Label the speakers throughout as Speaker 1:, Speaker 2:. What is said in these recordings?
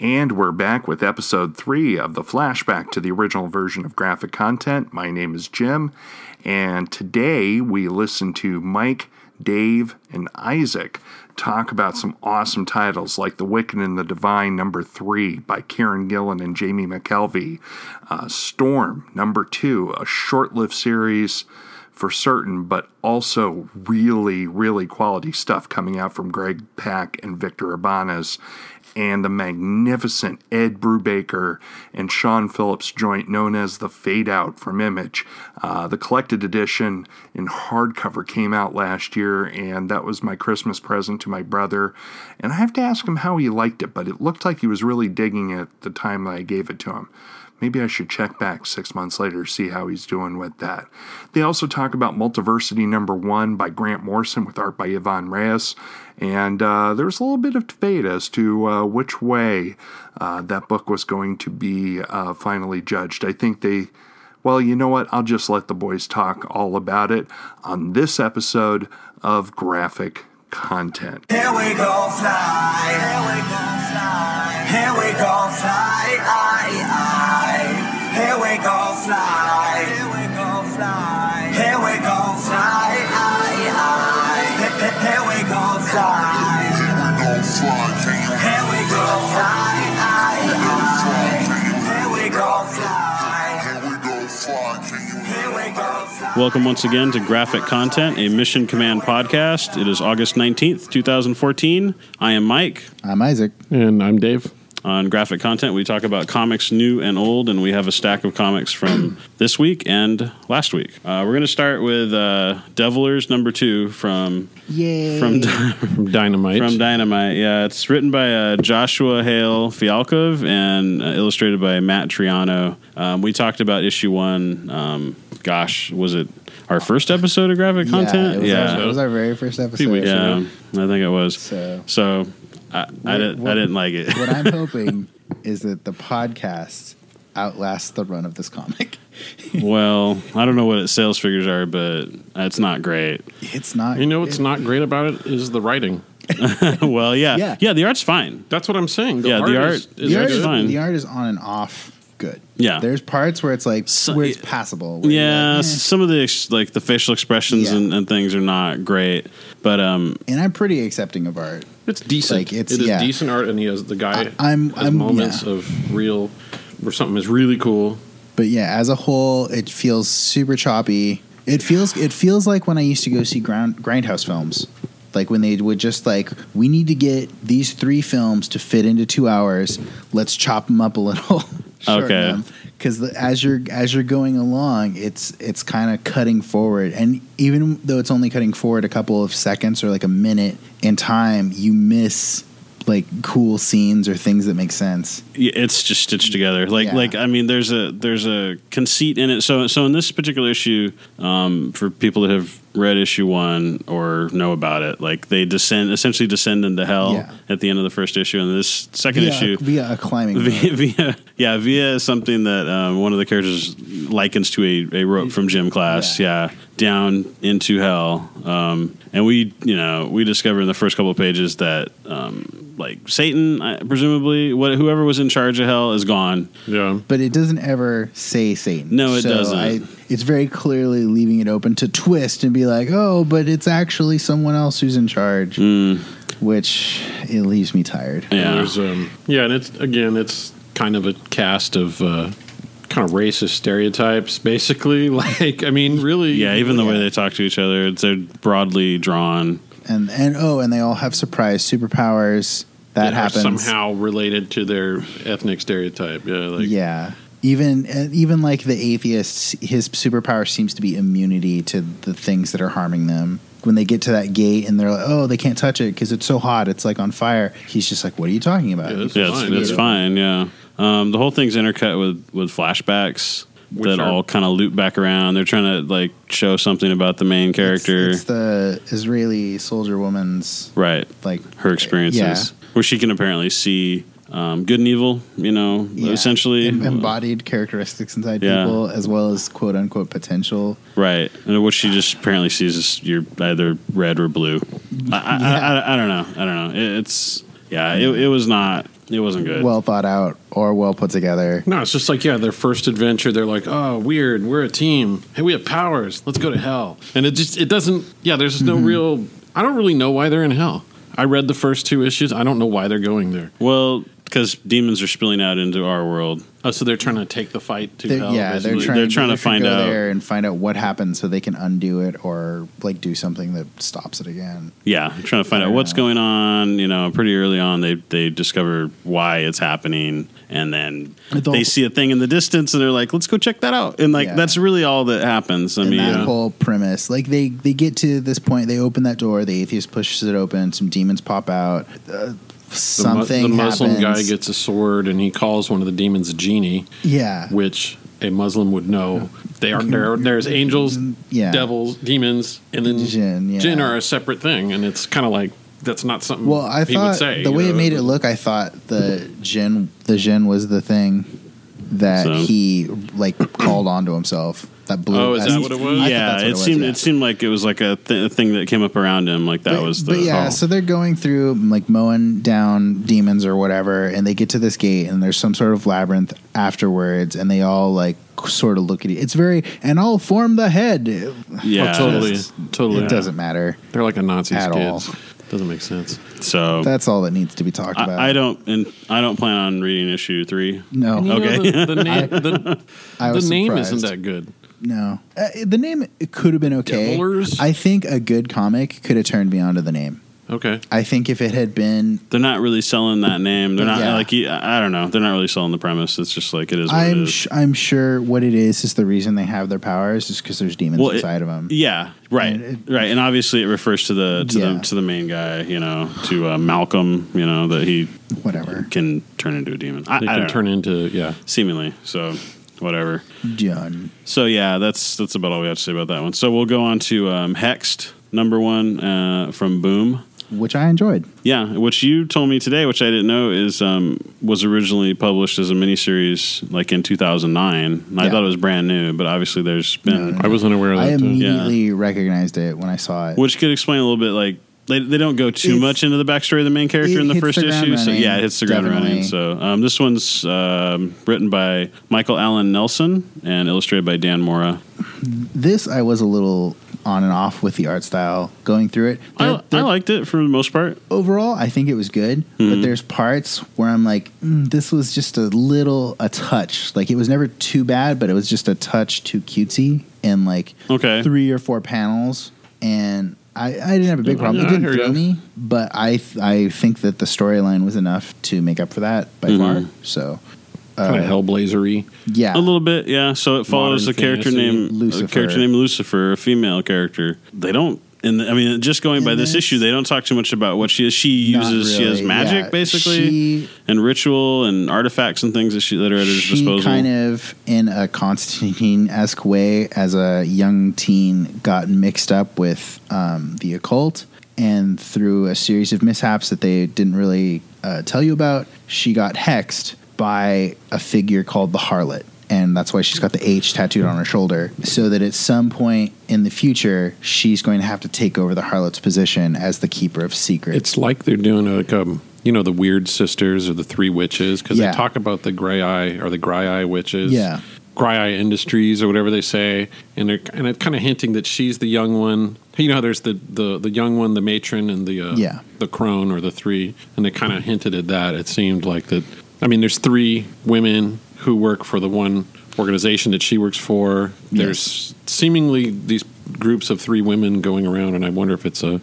Speaker 1: And we're back with episode three of the flashback to the original version of graphic content. My name is Jim, and today we listen to Mike, Dave, and Isaac talk about some awesome titles like The Wicked and the Divine number three by Karen Gillan and Jamie McKelvey, uh, Storm number two, a short lived series for certain, but also really, really quality stuff coming out from Greg Pack and Victor Urbanas and the magnificent Ed Brubaker and Sean Phillips joint known as The Fade Out from Image. Uh, the collected edition in hardcover came out last year, and that was my Christmas present to my brother. And I have to ask him how he liked it, but it looked like he was really digging it the time that I gave it to him. Maybe I should check back six months later, see how he's doing with that. They also talk about Multiversity Number One by Grant Morrison with art by Yvonne Reyes. And uh, there's a little bit of debate as to uh, which way uh, that book was going to be uh, finally judged. I think they, well, you know what? I'll just let the boys talk all about it on this episode of Graphic Content.
Speaker 2: Here we go fly. Here we go fly. Here we go fly. I, I. Here we go fly. Here we go fly. Here we go fly. I, I. He- he- Here we go fly. Here we go fly. I, I. Here we go fly. Here we go fly.
Speaker 3: Welcome once again to Graphic Content, a Mission Command podcast. It is August 19th, 2014. I am Mike.
Speaker 4: I'm Isaac.
Speaker 5: And I'm Dave.
Speaker 3: On Graphic Content, we talk about comics new and old, and we have a stack of comics from this week and last week. Uh, we're going to start with uh, Devilers number two from
Speaker 4: Yay.
Speaker 3: from
Speaker 5: From Dynamite.
Speaker 3: from Dynamite. Yeah, it's written by uh, Joshua Hale Fialkov and uh, illustrated by Matt Triano. Um, we talked about issue one. Um, gosh, was it our first episode of Graphic
Speaker 4: Yeah, it
Speaker 3: Content?
Speaker 4: was, Our, it was our very first episode.
Speaker 5: weeks ago.
Speaker 3: Yeah, I think it was.
Speaker 4: So-
Speaker 3: So, I, I, didn't,
Speaker 4: what-
Speaker 3: I didn't like it.
Speaker 4: What I'm hoping is that the podcast outlasts the run of this comic.
Speaker 3: well, I don't know what its sales figures are, but it's not great.
Speaker 4: It's not.
Speaker 5: you know what's
Speaker 4: it-
Speaker 5: not great about it is the writing.
Speaker 3: well, yeah.
Speaker 4: Yeah.
Speaker 3: yeah, the art's fine.
Speaker 5: That's what I'm saying.
Speaker 3: Yeah, the
Speaker 5: is-
Speaker 3: art-
Speaker 5: is
Speaker 4: The art,
Speaker 3: It's
Speaker 4: is,
Speaker 5: good.
Speaker 3: fine.
Speaker 4: the art is on and off good.
Speaker 3: Yeah.
Speaker 4: There's parts where it's like
Speaker 3: So-
Speaker 4: where it's passable. where you're
Speaker 3: Yeah,
Speaker 4: like, eh.
Speaker 3: some of the ex- like the facial expressions
Speaker 4: Yeah.
Speaker 3: and, and things are not great, but um,
Speaker 4: "Eh." and I'm pretty accepting of art.
Speaker 5: It's decent.
Speaker 4: Like, it's-
Speaker 5: it is
Speaker 4: yeah.
Speaker 5: decent art, and he has the guy.
Speaker 4: I- I'm-
Speaker 5: has
Speaker 4: I'm-
Speaker 5: moments
Speaker 4: yeah.
Speaker 5: of real where something is really cool.
Speaker 4: But yeah, as a whole, it feels super choppy. It feels it feels like when I used to go see ground, grindhouse films, like when they would just like, we need to get these three films to fit into two hours. Let's chop them up a little.
Speaker 3: Okay.
Speaker 4: Because as you're as you're going along, it's it's kind of cutting forward, and even though it's only cutting forward a couple of seconds or like a minute in time, you miss like cool scenes or things that make sense.
Speaker 3: Yeah, it's just stitched together. Like
Speaker 4: Yeah.
Speaker 3: like I mean, there's a there's a conceit in it. So so in this particular issue, um, for people that have read issue one or know about it, like they descend essentially descend into hell
Speaker 4: Yeah.
Speaker 3: at the end of the first issue, and this second
Speaker 4: Via,
Speaker 3: issue.
Speaker 4: via a climbing. rope.
Speaker 3: Via, via, yeah, via is something that um, one of the characters likens to a, a rope from gym class. Yeah. down into hell. Um, and we, you know, we discover in the first couple of pages that, um, like Satan, I- presumably, what whoever was in charge of hell is gone.
Speaker 5: Yeah,
Speaker 4: but it doesn't ever say Satan.
Speaker 3: No, it doesn't.
Speaker 4: it's very clearly leaving it open to twist and be like, oh, but it's actually someone else who's in charge,
Speaker 5: Mm.
Speaker 4: which it leaves me tired.
Speaker 5: And
Speaker 3: Yeah,
Speaker 5: there's, um, yeah, and it's again, it's kind of a cast of uh, kind of racist stereotypes, basically. Like, I mean, really,
Speaker 3: yeah. Even the way
Speaker 4: Yeah.
Speaker 3: they talk to each other, it's, they're broadly drawn.
Speaker 4: And and oh, and they all have surprise superpowers. That
Speaker 5: are
Speaker 4: happens
Speaker 5: somehow related to their ethnic stereotype. Yeah, like
Speaker 4: yeah. Even uh, even like the atheists, his superpower seems to be immunity to the things that are harming them. When they get to that gate and they're like, "Oh, they can't touch it because it's so hot. It's like on fire." He's just like, "What are you talking about?"
Speaker 5: Yeah, that's
Speaker 3: Yeah, it's,
Speaker 5: fine.
Speaker 3: it's
Speaker 5: Yeah.
Speaker 3: fine. Yeah, um, the whole thing's intercut with with flashbacks.
Speaker 5: Which
Speaker 3: that
Speaker 5: are-
Speaker 3: all kind of loop back around. They're trying to like show something about the main character.
Speaker 4: It's, it's the Israeli soldier woman's
Speaker 3: right
Speaker 4: like
Speaker 3: her experiences where she can apparently see um, good and evil you know
Speaker 4: yeah,
Speaker 3: essentially
Speaker 4: em- embodied characteristics inside
Speaker 3: Yeah.
Speaker 4: people as well as quote unquote potential.
Speaker 3: right and what she just apparently sees is you're either red or blue i, I, I, I, I don't know i don't know it, it's yeah it, it was not It wasn't good.
Speaker 4: well thought out or well put together.
Speaker 5: No, it's just like yeah, their first adventure. They're like, oh, weird. We're a team. Hey, we have powers. Let's go to hell. And it just it doesn't. Yeah, there's just no
Speaker 4: Mm-hmm.
Speaker 5: real. I don't really know why they're in hell. I read the first two issues. I don't know why they're going there.
Speaker 3: well, because demons are spilling out into our world.
Speaker 5: Oh, so they're trying to take the fight to
Speaker 4: They're-
Speaker 5: hell.
Speaker 4: yeah, they're
Speaker 5: basically.
Speaker 4: trying,
Speaker 3: They're trying to
Speaker 4: they should
Speaker 3: find
Speaker 4: go
Speaker 3: out.
Speaker 4: there and find out what happened so they can undo it or like do something that stops it again.
Speaker 3: Yeah, I'm trying to find out
Speaker 4: Yeah.
Speaker 3: what's going on. You know, pretty early on, they they discover why it's happening, and then
Speaker 4: But the-
Speaker 3: they see a thing in the distance, and they're like, "Let's go check that out." And like,
Speaker 4: Yeah.
Speaker 3: that's really all that happens. I
Speaker 4: and
Speaker 3: mean,
Speaker 4: that
Speaker 3: yeah.
Speaker 4: whole premise, like they they get to this point, they open that door, the atheist pushes it open, some demons pop out, uh,
Speaker 5: The mu-
Speaker 4: something
Speaker 5: The Muslim
Speaker 4: happens.
Speaker 5: guy gets a sword and he calls one of the demons a genie,
Speaker 4: yeah,
Speaker 5: which a Muslim would know. They are there. There's angels,
Speaker 4: yeah,
Speaker 5: devils, demons, and then
Speaker 4: Jinn, yeah.
Speaker 5: jinn are a separate thing, and it's kind of like that's not something.
Speaker 4: Well, I
Speaker 5: he
Speaker 4: thought
Speaker 5: would say,
Speaker 4: the
Speaker 5: you
Speaker 4: way it
Speaker 5: know,
Speaker 4: made
Speaker 5: but-
Speaker 4: it look, I thought the Jin the Jin was the thing that
Speaker 3: So-
Speaker 4: he like called onto himself. That blew.
Speaker 5: Oh, is that what it was?
Speaker 4: I thought
Speaker 3: yeah,
Speaker 4: that's what
Speaker 3: it, seemed
Speaker 4: yeah.
Speaker 3: it seemed like it was like a, th- a thing that came up around him. Like that
Speaker 4: but,
Speaker 3: was the
Speaker 4: but yeah,
Speaker 3: oh.
Speaker 4: so they're going through like mowing down demons or whatever, and they get to this gate, and there's some sort of labyrinth afterwards, and they all like sort of look at it. It's very and I'll form the head.
Speaker 3: yeah,
Speaker 5: Oh, totally, totally.
Speaker 4: It doesn't matter.
Speaker 5: They're like a Nazi
Speaker 4: At all.
Speaker 5: kids. Doesn't make sense.
Speaker 3: So
Speaker 4: That's all that needs to be talked about.
Speaker 3: I, I don't and I don't plan on reading issue three.
Speaker 4: no.
Speaker 5: You know,
Speaker 3: Okay.
Speaker 5: the, the, na- the,
Speaker 4: I
Speaker 5: the
Speaker 4: was
Speaker 5: name
Speaker 4: surprised.
Speaker 5: isn't that good.
Speaker 4: No, uh, the name it could have been okay.
Speaker 5: Devilers?
Speaker 4: I think a good comic could have turned me onto the name.
Speaker 5: Okay.
Speaker 4: I think if it had been,
Speaker 3: They're not really selling that name. They're not
Speaker 4: Yeah.
Speaker 3: like you- I I don't know. They're not really selling the premise. It's just like it is. What it
Speaker 4: I'm
Speaker 3: is.
Speaker 4: sh- I'm sure what it is is the reason they have their powers is because there's demons
Speaker 3: Well, it-
Speaker 4: inside of 'em. of them.
Speaker 3: Yeah, right,
Speaker 4: And it-
Speaker 3: right, and obviously it refers to the to
Speaker 4: Yeah.
Speaker 3: the to the main guy, you know, to uh, Malcolm, you know, that he
Speaker 4: Whatever,
Speaker 3: can turn into a demon. I,
Speaker 5: They
Speaker 3: I
Speaker 5: can
Speaker 3: don't
Speaker 5: turn
Speaker 3: turn
Speaker 5: into yeah.
Speaker 3: seemingly. So whatever.
Speaker 4: John.
Speaker 3: So yeah, that's that's about all we have to say about that one. So we'll go on to um, Hexed number one uh, from Boom.
Speaker 4: Which I enjoyed.
Speaker 3: Yeah, which you told me today, which I didn't know, is um, was originally published as a miniseries like in 2009. And I
Speaker 4: Yeah.
Speaker 3: thought it was brand new, but obviously there's been
Speaker 4: No,
Speaker 5: I wasn't aware of
Speaker 3: uh,
Speaker 4: I
Speaker 5: that. too.
Speaker 4: immediately recognized it when I saw it.
Speaker 3: which could explain a little bit like they, they don't go too
Speaker 4: It's-
Speaker 3: much into the backstory of the main character
Speaker 4: it
Speaker 3: in the
Speaker 4: hits
Speaker 3: first
Speaker 4: the ground
Speaker 3: issue so
Speaker 4: running,
Speaker 3: yeah it hits the ground running so
Speaker 4: definitely.
Speaker 3: um, this one's um, written by michael allen nelson and illustrated by dan mora
Speaker 4: This I was a little on and off with the art style going through it.
Speaker 3: I,
Speaker 4: They're-
Speaker 3: I
Speaker 4: they're-
Speaker 3: liked it for the most part
Speaker 4: overall, I think it was good,
Speaker 3: Hmm.
Speaker 4: but there's parts where I'm like, mm, this was just a little, a touch. Like it was never too bad, but it was just a touch too cutesy in like
Speaker 3: okay
Speaker 4: three or four panels, and I, I didn't have a big problem.
Speaker 5: Yeah,
Speaker 4: it
Speaker 5: I
Speaker 4: didn't
Speaker 5: hear
Speaker 4: throw
Speaker 5: ya.
Speaker 4: me, but I th- I think that the storyline was enough to make up for that by
Speaker 3: Mhm.
Speaker 4: far. So
Speaker 5: kind of hellblazery.
Speaker 4: yeah,
Speaker 3: a little bit yeah so it follows
Speaker 5: Modern
Speaker 3: a character
Speaker 5: fantasy.
Speaker 3: named a
Speaker 4: uh, Lucifer.
Speaker 3: character named lucifer a female character they don't and I mean, just going
Speaker 4: In
Speaker 3: by this,
Speaker 4: this-
Speaker 3: issue, they don't talk too much about what she is. She
Speaker 4: Not
Speaker 3: uses she has
Speaker 4: really,
Speaker 3: magic
Speaker 4: yeah.
Speaker 3: basically,
Speaker 4: She-
Speaker 3: and ritual and artifacts and things that she that are at her
Speaker 4: she
Speaker 3: disposal.
Speaker 4: kind of, in a Constantine-esque way, as a young teen, got mixed up with um, the occult, and through a series of mishaps that they didn't really uh, tell you about, she got hexed by a figure called the Harlot. And that's why she's got the H tattooed on her shoulder, so that at some point in the future, she's going to have to take over the harlot's position as the keeper of secrets.
Speaker 5: It's like they're doing like um, you know, the weird sisters or the three witches because
Speaker 4: Yeah.
Speaker 5: they talk about the gray eye or the gray eye witches.
Speaker 4: yeah,
Speaker 5: Gray Eye Industries or whatever they say, and they're and it's kind of hinting that she's the young one. You know, how there's the the, the young one, the matron, and the uh,
Speaker 4: Yeah.
Speaker 5: the crone or the three, and they kind of hinted at that. It seemed like that. I mean, there's three women who work for the one organization that she works for. There's seemingly these groups of three women going around, and I wonder if it's a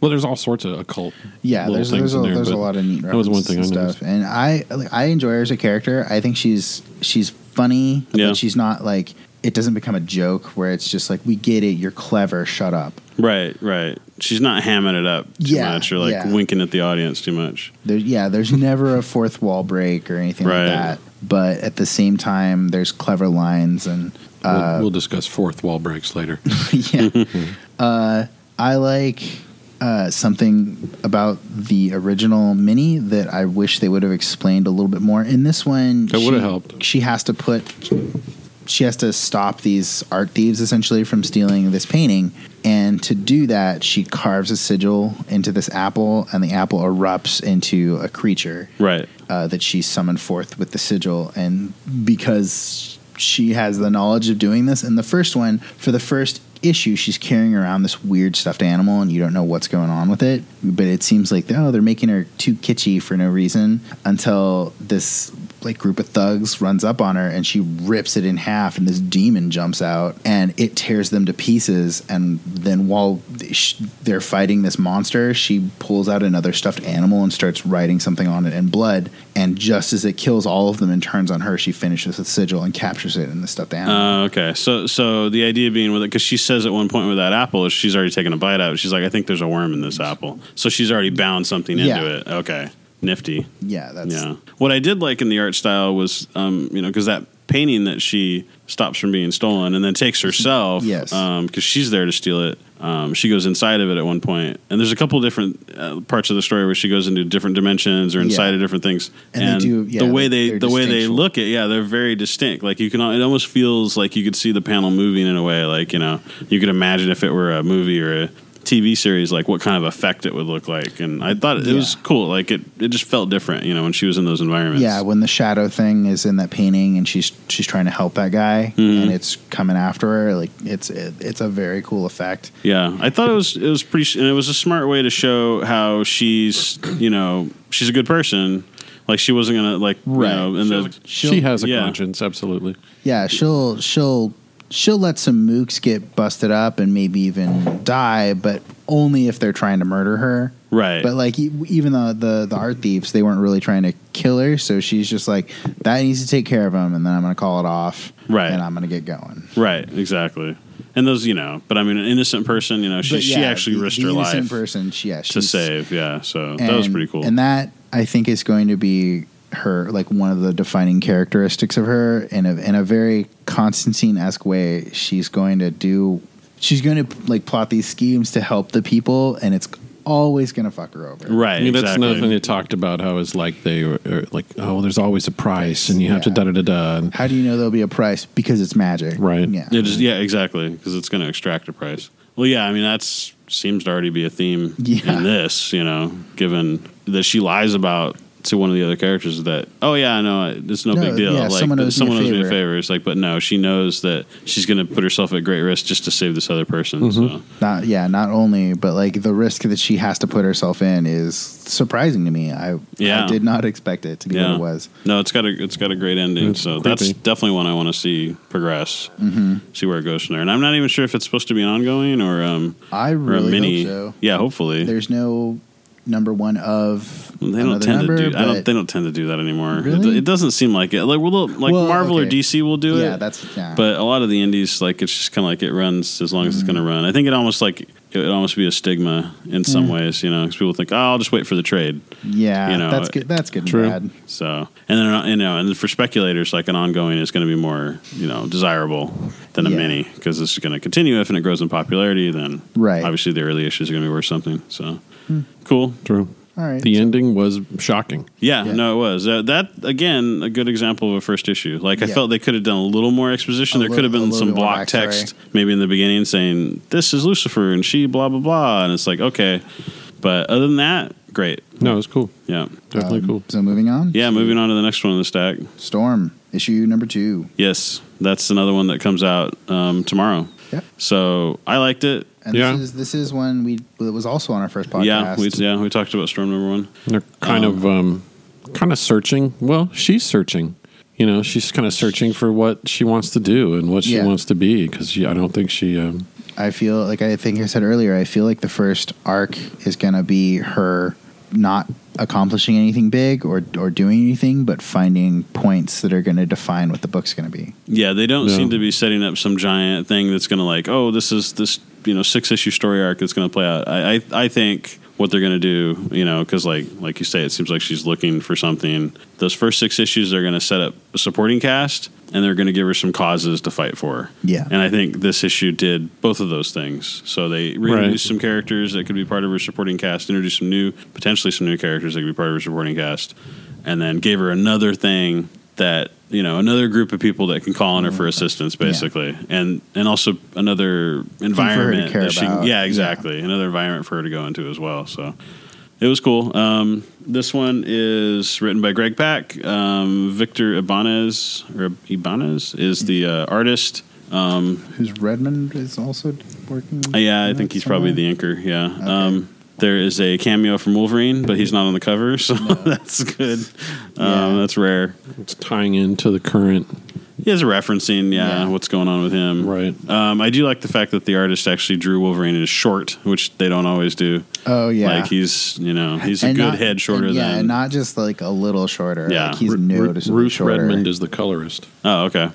Speaker 5: well. There's all sorts of occult.
Speaker 4: yeah
Speaker 5: little
Speaker 4: there's,
Speaker 5: things
Speaker 4: there's, a,
Speaker 5: in there,
Speaker 4: there's a
Speaker 5: but
Speaker 4: lot of neat
Speaker 5: that was one
Speaker 4: references
Speaker 5: thing
Speaker 4: and
Speaker 5: I
Speaker 4: stuff
Speaker 5: noticed.
Speaker 4: and i like, i enjoy her as a character i think she's she's funny
Speaker 3: Yeah.
Speaker 4: but she's not like it doesn't become a joke where it's just like we get it you're clever shut up
Speaker 3: Right, right. She's not hamming it up too
Speaker 4: Yeah,
Speaker 3: much or like
Speaker 4: yeah.
Speaker 3: winking at the audience too much.
Speaker 4: there, yeah there's never a fourth wall break or anything
Speaker 3: Right.
Speaker 4: like that but at the same time there's clever lines and
Speaker 5: We'll, we'll discuss fourth wall breaks later.
Speaker 4: yeah. uh, I like uh, something about the original mini that I wish they would have explained a little bit more. In this one,
Speaker 5: That would
Speaker 4: she-
Speaker 5: have helped.
Speaker 4: She has to put she has to stop these art thieves essentially from stealing this painting. And to do that, she carves a sigil into this apple, and the apple erupts into a creature
Speaker 3: Right.
Speaker 4: uh, that she summoned forth with the sigil. And because she has the knowledge of doing this, in the first one, for the first issue, she's carrying around this weird stuffed animal and you don't know what's going on with it. But it seems like, oh, they're making her too kitschy for no reason until this like group of thugs runs up on her and she rips it in half and this demon jumps out and it tears them to pieces and then while sh- they're fighting this monster she pulls out another stuffed animal and starts writing something on it in blood and just as it kills all of them and turns on her she finishes the sigil and captures it in the stuffed animal
Speaker 3: Uh, okay. So so the idea being with it, because she says at one point with that apple, is she's already taken a bite out. She's like, I think there's a worm in this apple. So she's already bound something
Speaker 4: Yeah.
Speaker 3: into it. Okay. Nifty.
Speaker 4: yeah that's
Speaker 3: Yeah. What I did like in the art style was, um, you know, because that painting that she stops from being stolen and then takes herself,
Speaker 4: Yes.
Speaker 3: because she's there to steal it. Um, she goes inside of it at one point, and there's a couple different uh, parts of the story where she goes into different dimensions or inside
Speaker 4: Yeah.
Speaker 3: of different things.
Speaker 4: And they do- yeah,
Speaker 3: the way
Speaker 4: they-
Speaker 3: they
Speaker 4: they're
Speaker 3: the way they
Speaker 4: distinctual.
Speaker 3: look at yeah, they're very distinct. Like you can, al- it almost feels like you could see the panel moving in a way. Like you know, you could imagine if it were a movie or a TV series, like what kind of effect it would look like. And I thought it
Speaker 4: Yeah.
Speaker 3: was cool. Like it, it just felt different, you know, when she was in those environments.
Speaker 4: Yeah, when the shadow thing is in that painting and she's she's trying to help that guy
Speaker 3: Mm-hmm.
Speaker 4: and it's coming after her, like it's it, it's a very cool effect.
Speaker 3: yeah. I thought it was it was pretty, and it was a smart way to show how she's, you know, she's a good person. Like she wasn't gonna like,
Speaker 4: Right.
Speaker 3: you know, and the
Speaker 5: she has a
Speaker 3: yeah.
Speaker 5: conscience, absolutely.
Speaker 4: Yeah, she'll she'll she'll let some mooks get busted up and maybe even die, but only if they're trying to murder her.
Speaker 3: right,
Speaker 4: But like e- even the, the the art thieves, they weren't really trying to kill her, so she's just like that needs to take care of him, and then I'm gonna call it off,
Speaker 3: Right.
Speaker 4: And I'm gonna get going.
Speaker 3: right, exactly. And those, you know, but I mean, an innocent person, you know, she
Speaker 4: But
Speaker 3: she
Speaker 4: yeah,
Speaker 3: actually
Speaker 4: the-
Speaker 3: risked
Speaker 4: the
Speaker 3: her
Speaker 4: innocent
Speaker 3: life
Speaker 4: Person, she, yeah,
Speaker 3: to
Speaker 4: she's-
Speaker 3: save. Yeah, so that was
Speaker 4: And-
Speaker 3: pretty cool.
Speaker 4: And that I think is going to be her like one of the defining characteristics of her in a in a very Constantine esque way. She's going to do she's going to like plot these schemes to help the people, and it's always going to fuck her over.
Speaker 3: right,
Speaker 5: I mean, that's
Speaker 3: exactly.
Speaker 5: another thing they talked about. How is like they were, are like, oh, there's always a price, and you have to
Speaker 4: Yeah.
Speaker 5: da da da da. And
Speaker 4: How do you know there'll be a price? Because it's magic,
Speaker 5: Right.
Speaker 4: Yeah.
Speaker 3: It is, yeah, exactly, because it's going to extract a price. Well, yeah, I mean that's seems to already be a theme
Speaker 4: Yeah.
Speaker 3: in this, you know, given that she lies about to one of the other characters that, oh yeah, I know it's no,
Speaker 4: No,
Speaker 3: big deal.
Speaker 4: yeah,
Speaker 3: like
Speaker 4: someone owes me
Speaker 3: someone
Speaker 4: a
Speaker 3: owes me a
Speaker 4: favor.
Speaker 3: favor. It's like, but no, she knows that she's going to put herself at great risk just to save this other person.
Speaker 4: Mm-hmm.
Speaker 3: So
Speaker 4: Not yeah, not only but like the risk that she has to put herself in is surprising to me. I
Speaker 3: Yeah.
Speaker 4: I did not expect it to be
Speaker 3: yeah,
Speaker 4: what it was.
Speaker 3: no, it's got a it's got a great ending.
Speaker 5: It's
Speaker 3: so
Speaker 5: creepy.
Speaker 3: that's definitely one I want to see progress,
Speaker 4: Mm-hmm.
Speaker 3: see where it goes from there. And I'm not even sure if it's supposed to be ongoing or um
Speaker 4: I
Speaker 3: or
Speaker 4: really
Speaker 3: a mini.
Speaker 4: hope so.
Speaker 3: Yeah, hopefully.
Speaker 4: There's no number one of
Speaker 3: Well, They don't
Speaker 4: another
Speaker 3: tend
Speaker 4: number.
Speaker 3: to do. I don't.
Speaker 4: but-
Speaker 3: They don't tend to do that anymore. It- It,
Speaker 4: Really?
Speaker 3: doesn't seem like it. Like well, look, like
Speaker 4: Well,
Speaker 3: Marvel or
Speaker 4: okay.
Speaker 3: DC will do it.
Speaker 4: yeah, that's yeah.
Speaker 3: But a lot of the indies, like it's just kind of like it runs as long as it's
Speaker 4: Mm.
Speaker 3: going to run. I think it almost like it would almost be a stigma in some
Speaker 4: Mm.
Speaker 3: ways, you know, because people think, oh, I'll just wait for the trade.
Speaker 4: yeah,
Speaker 3: you know,
Speaker 4: that's good. That's good.
Speaker 5: True.
Speaker 4: And bad.
Speaker 3: So and then you know, and for speculators, like an ongoing is going to be more you know desirable than a
Speaker 4: Yeah.
Speaker 3: mini because this is going to continue. If and it grows in popularity, then
Speaker 4: Right.
Speaker 3: obviously the early issues are going to be worth something. So cool.
Speaker 5: true.
Speaker 4: All right.
Speaker 5: The ending was shocking.
Speaker 3: Yeah,
Speaker 4: Yeah.
Speaker 3: no, it was uh, that again a good example of a first issue. Like I
Speaker 4: Yeah.
Speaker 3: felt they could have done a little more exposition.
Speaker 4: A
Speaker 3: there could have
Speaker 4: little-
Speaker 3: been
Speaker 4: a little
Speaker 3: some
Speaker 4: bit more
Speaker 3: block
Speaker 4: backstory.
Speaker 3: text maybe in the beginning saying this is Lucifer and she blah blah blah, and it's like okay, but other than that, great.
Speaker 5: No, it was cool.
Speaker 3: Yeah,
Speaker 5: Definitely
Speaker 4: Um,
Speaker 5: cool.
Speaker 4: So moving on.
Speaker 3: yeah. Moving on to the next one in the stack.
Speaker 4: Storm issue number two.
Speaker 3: Yes, that's another one that comes out um, tomorrow.
Speaker 4: Yep.
Speaker 3: So I liked it.
Speaker 4: And
Speaker 5: Yeah.
Speaker 4: this is this is one we that was also on our first podcast.
Speaker 3: Yeah, we yeah we talked about Storm Number One.
Speaker 5: They're kind of um, kind of searching. Well, she's searching. You know, she's kind of searching for what she wants to do and what she
Speaker 4: Yeah.
Speaker 5: wants to be because I don't think she. Um,
Speaker 4: I feel like I think I said earlier. I feel like the first arc is gonna be her not accomplishing anything big or or doing anything, but finding points that are gonna define what the book's gonna be.
Speaker 3: Yeah, they don't
Speaker 5: No.
Speaker 3: seem to be setting up some giant thing that's going to like, oh, this is this you know six issue story arc that's going to play out. I I, I think what they're going to do, you know, because like like you say, it seems like she's looking for something. Those first six issues, they're going to set up a supporting cast and they're going to give her some causes to fight for.
Speaker 4: Yeah.
Speaker 3: And I think this issue did both of those things. So they reintroduced
Speaker 5: Right.
Speaker 3: some characters that could be part of her supporting cast, introduced some new, potentially some new characters that could be part of her supporting cast, and then gave her another thing that you know another group of people that can call on her for assistance basically and and also another environment
Speaker 4: care
Speaker 3: that she can-
Speaker 4: about.
Speaker 3: yeah
Speaker 4: Yeah.
Speaker 3: exactly another environment for her to go into as well so it was cool um, this one is written by greg pack um, victor ibanez or ibanez is the uh, artist um,
Speaker 4: Who's Redmond is also working?
Speaker 3: uh, Yeah, I
Speaker 4: on
Speaker 3: think
Speaker 4: it
Speaker 3: he's probably
Speaker 4: somewhere?
Speaker 3: the anchor. Yeah. Um, there is a cameo from Wolverine, but he's not on the cover, so that's good. Um,
Speaker 4: Yeah.
Speaker 3: That's rare.
Speaker 5: It's tying into the current,
Speaker 3: He has a referencing, yeah,
Speaker 4: Yeah.
Speaker 3: what's going on with him.
Speaker 5: right?
Speaker 3: Um, I do like the fact that the artist actually drew Wolverine in a short, which they don't always do.
Speaker 4: Oh yeah,
Speaker 3: Like he's, you know, he's a
Speaker 4: And
Speaker 3: good
Speaker 4: not-
Speaker 3: head shorter
Speaker 4: and, yeah,
Speaker 3: than.
Speaker 4: and not just like a little shorter.
Speaker 3: Yeah.
Speaker 4: like, he's
Speaker 5: Ru- Ru-
Speaker 4: noticeably
Speaker 5: Ruth
Speaker 4: shorter.
Speaker 5: Redmond is the colorist,
Speaker 3: oh, okay.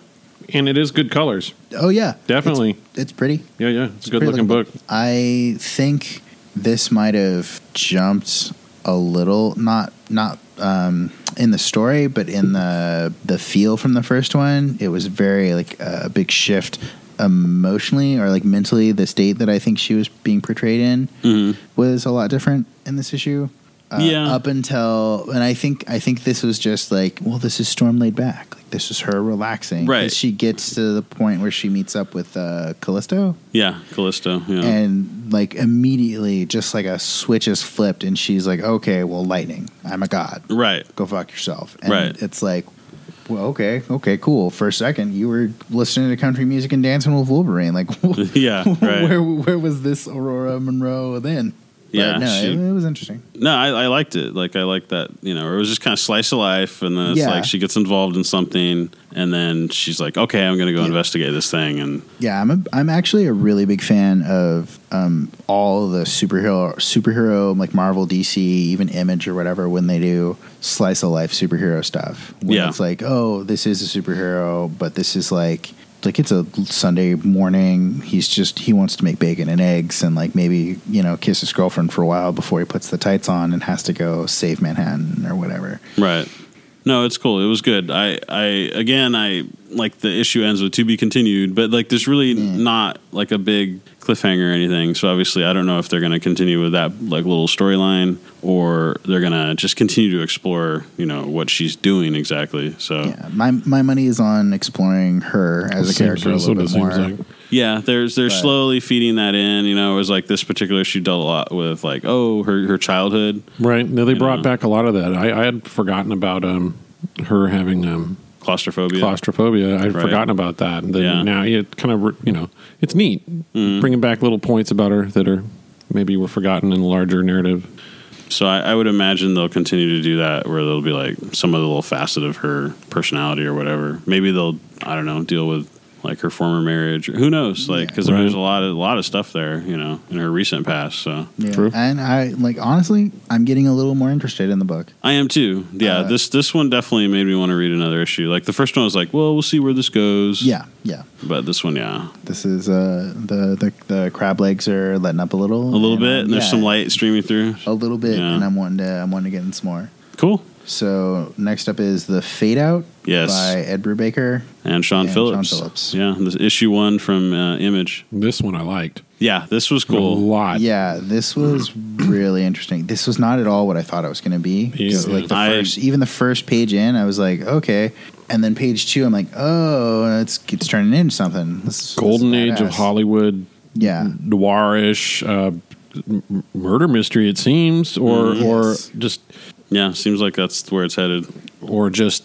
Speaker 5: and it is good colors.
Speaker 4: oh yeah,
Speaker 5: Definitely,
Speaker 4: it's, it's pretty.
Speaker 5: yeah, yeah. It's, a good
Speaker 4: pretty
Speaker 5: looking book.
Speaker 4: I think this might have jumped a little, not not um, in the story, but in the the feel from the first one. It was very like a big shift emotionally or like mentally. The state that I think she was being portrayed in
Speaker 3: Mhm.
Speaker 4: was a lot different in this issue. Uh,
Speaker 3: Yeah.
Speaker 4: Up until, and I think I think this was just like, well, this is Storm laid back. Like this is her relaxing. 'Cause
Speaker 3: Right.
Speaker 4: She gets to the point where she meets up with uh, Callisto
Speaker 3: Yeah, Callisto. Yeah.
Speaker 4: and like immediately just like a switch is flipped and she's like okay well lightning i'm a god
Speaker 3: right.
Speaker 4: go fuck yourself and
Speaker 3: Right.
Speaker 4: it's like well okay okay cool for a second you were listening to country music and dancing with wolverine like
Speaker 3: Yeah, right.
Speaker 4: where, where was this aurora monroe then But
Speaker 3: Yeah,
Speaker 4: no
Speaker 3: she-
Speaker 4: it, it was interesting
Speaker 3: No, I, I liked it. Like I liked that, you know, it was just kind of slice of life, and then it's
Speaker 4: Yeah.
Speaker 3: like she gets involved in something, and then she's like, "Okay, I'm going to go investigate this thing." And
Speaker 4: Yeah, I'm a, I'm actually a really big fan of um, all the superhero superhero like Marvel, DC, even Image or whatever when they do slice of life superhero stuff. When
Speaker 3: Yeah.
Speaker 4: it's like, oh, this is a superhero, but this is like like it's a Sunday morning. He's just he wants to make bacon and eggs and like maybe you know kiss his girlfriend for a while before he puts the tights on and has to go save Manhattan or whatever.
Speaker 3: right, no, it's cool. It was good. I, I again, I like the issue ends with to be continued, but like there's really not like a big cliffhanger or anything. So obviously, I don't know if they're going to continue with that like little storyline, or they're going to just continue to explore, you know, what she's doing exactly. So
Speaker 4: Yeah, my my money is on exploring her as a
Speaker 5: Seems-
Speaker 4: character a
Speaker 5: that's
Speaker 4: little
Speaker 5: what it
Speaker 4: bit more.
Speaker 5: seems like.
Speaker 3: Yeah, there's they're
Speaker 4: But-
Speaker 3: slowly feeding that in. You know, it was like this particular she dealt a lot with like oh her her childhood.
Speaker 5: Right. No, they
Speaker 3: You
Speaker 5: brought
Speaker 3: know.
Speaker 5: back a lot of that. I, I had forgotten about um, her having um,
Speaker 3: Claustrophobia.
Speaker 5: claustrophobia. I'd
Speaker 3: Right.
Speaker 5: forgotten about that. And then
Speaker 3: Yeah. Mm-hmm.
Speaker 5: now it kind of, you know, it's neat bringing back little points about her that are maybe were forgotten in the larger narrative.
Speaker 3: so I, I would imagine they'll continue to do that, where there'll be like some other little facet of her personality or whatever. Maybe they'll I don't know deal with like her former marriage. Who knows? Like
Speaker 4: Yeah.
Speaker 3: because
Speaker 5: Right.
Speaker 3: there's a lot of a lot of stuff there. You know, in her recent past. So
Speaker 4: Yeah.
Speaker 5: True.
Speaker 4: And I like honestly, I'm getting a little more interested in the book.
Speaker 3: I am too. Yeah,
Speaker 4: Uh,
Speaker 3: this this one definitely made me want to read another issue. Like the first one was like, well, we'll see where this goes.
Speaker 4: Yeah, yeah.
Speaker 3: but this one, yeah,
Speaker 4: This is uh the the, the crab legs are letting up a little,
Speaker 3: a little bit, and there's some light streaming through.
Speaker 4: a little bit,
Speaker 3: Yeah.
Speaker 4: and I'm wanting to I'm wanting to get in some more.
Speaker 3: Cool.
Speaker 4: So next up is the fade out
Speaker 3: Yes.
Speaker 4: by Ed Brubaker.
Speaker 3: and Sean
Speaker 4: And
Speaker 3: Phillips.
Speaker 4: Sean Phillips.
Speaker 3: Yeah, this issue one from uh, Image.
Speaker 5: This one I liked
Speaker 3: Yeah, this was
Speaker 5: a
Speaker 3: cool.
Speaker 5: lot.
Speaker 4: Yeah, this was really interesting. This was not at all what I thought it was going to be. 'Cause,
Speaker 5: Yeah.
Speaker 4: Like the
Speaker 3: I-
Speaker 4: first, even the first page in, I was like, okay. And then page two, I'm like, oh, it's it's turning into something. This is- this is
Speaker 5: Golden Age of
Speaker 4: badass.
Speaker 5: Hollywood
Speaker 4: Yeah,
Speaker 5: noirish uh, m- murder mystery, it seems, or
Speaker 3: Mm-hmm.
Speaker 4: Mhm. Yes.
Speaker 5: or just
Speaker 3: Yeah, seems like that's where it's headed.
Speaker 5: or just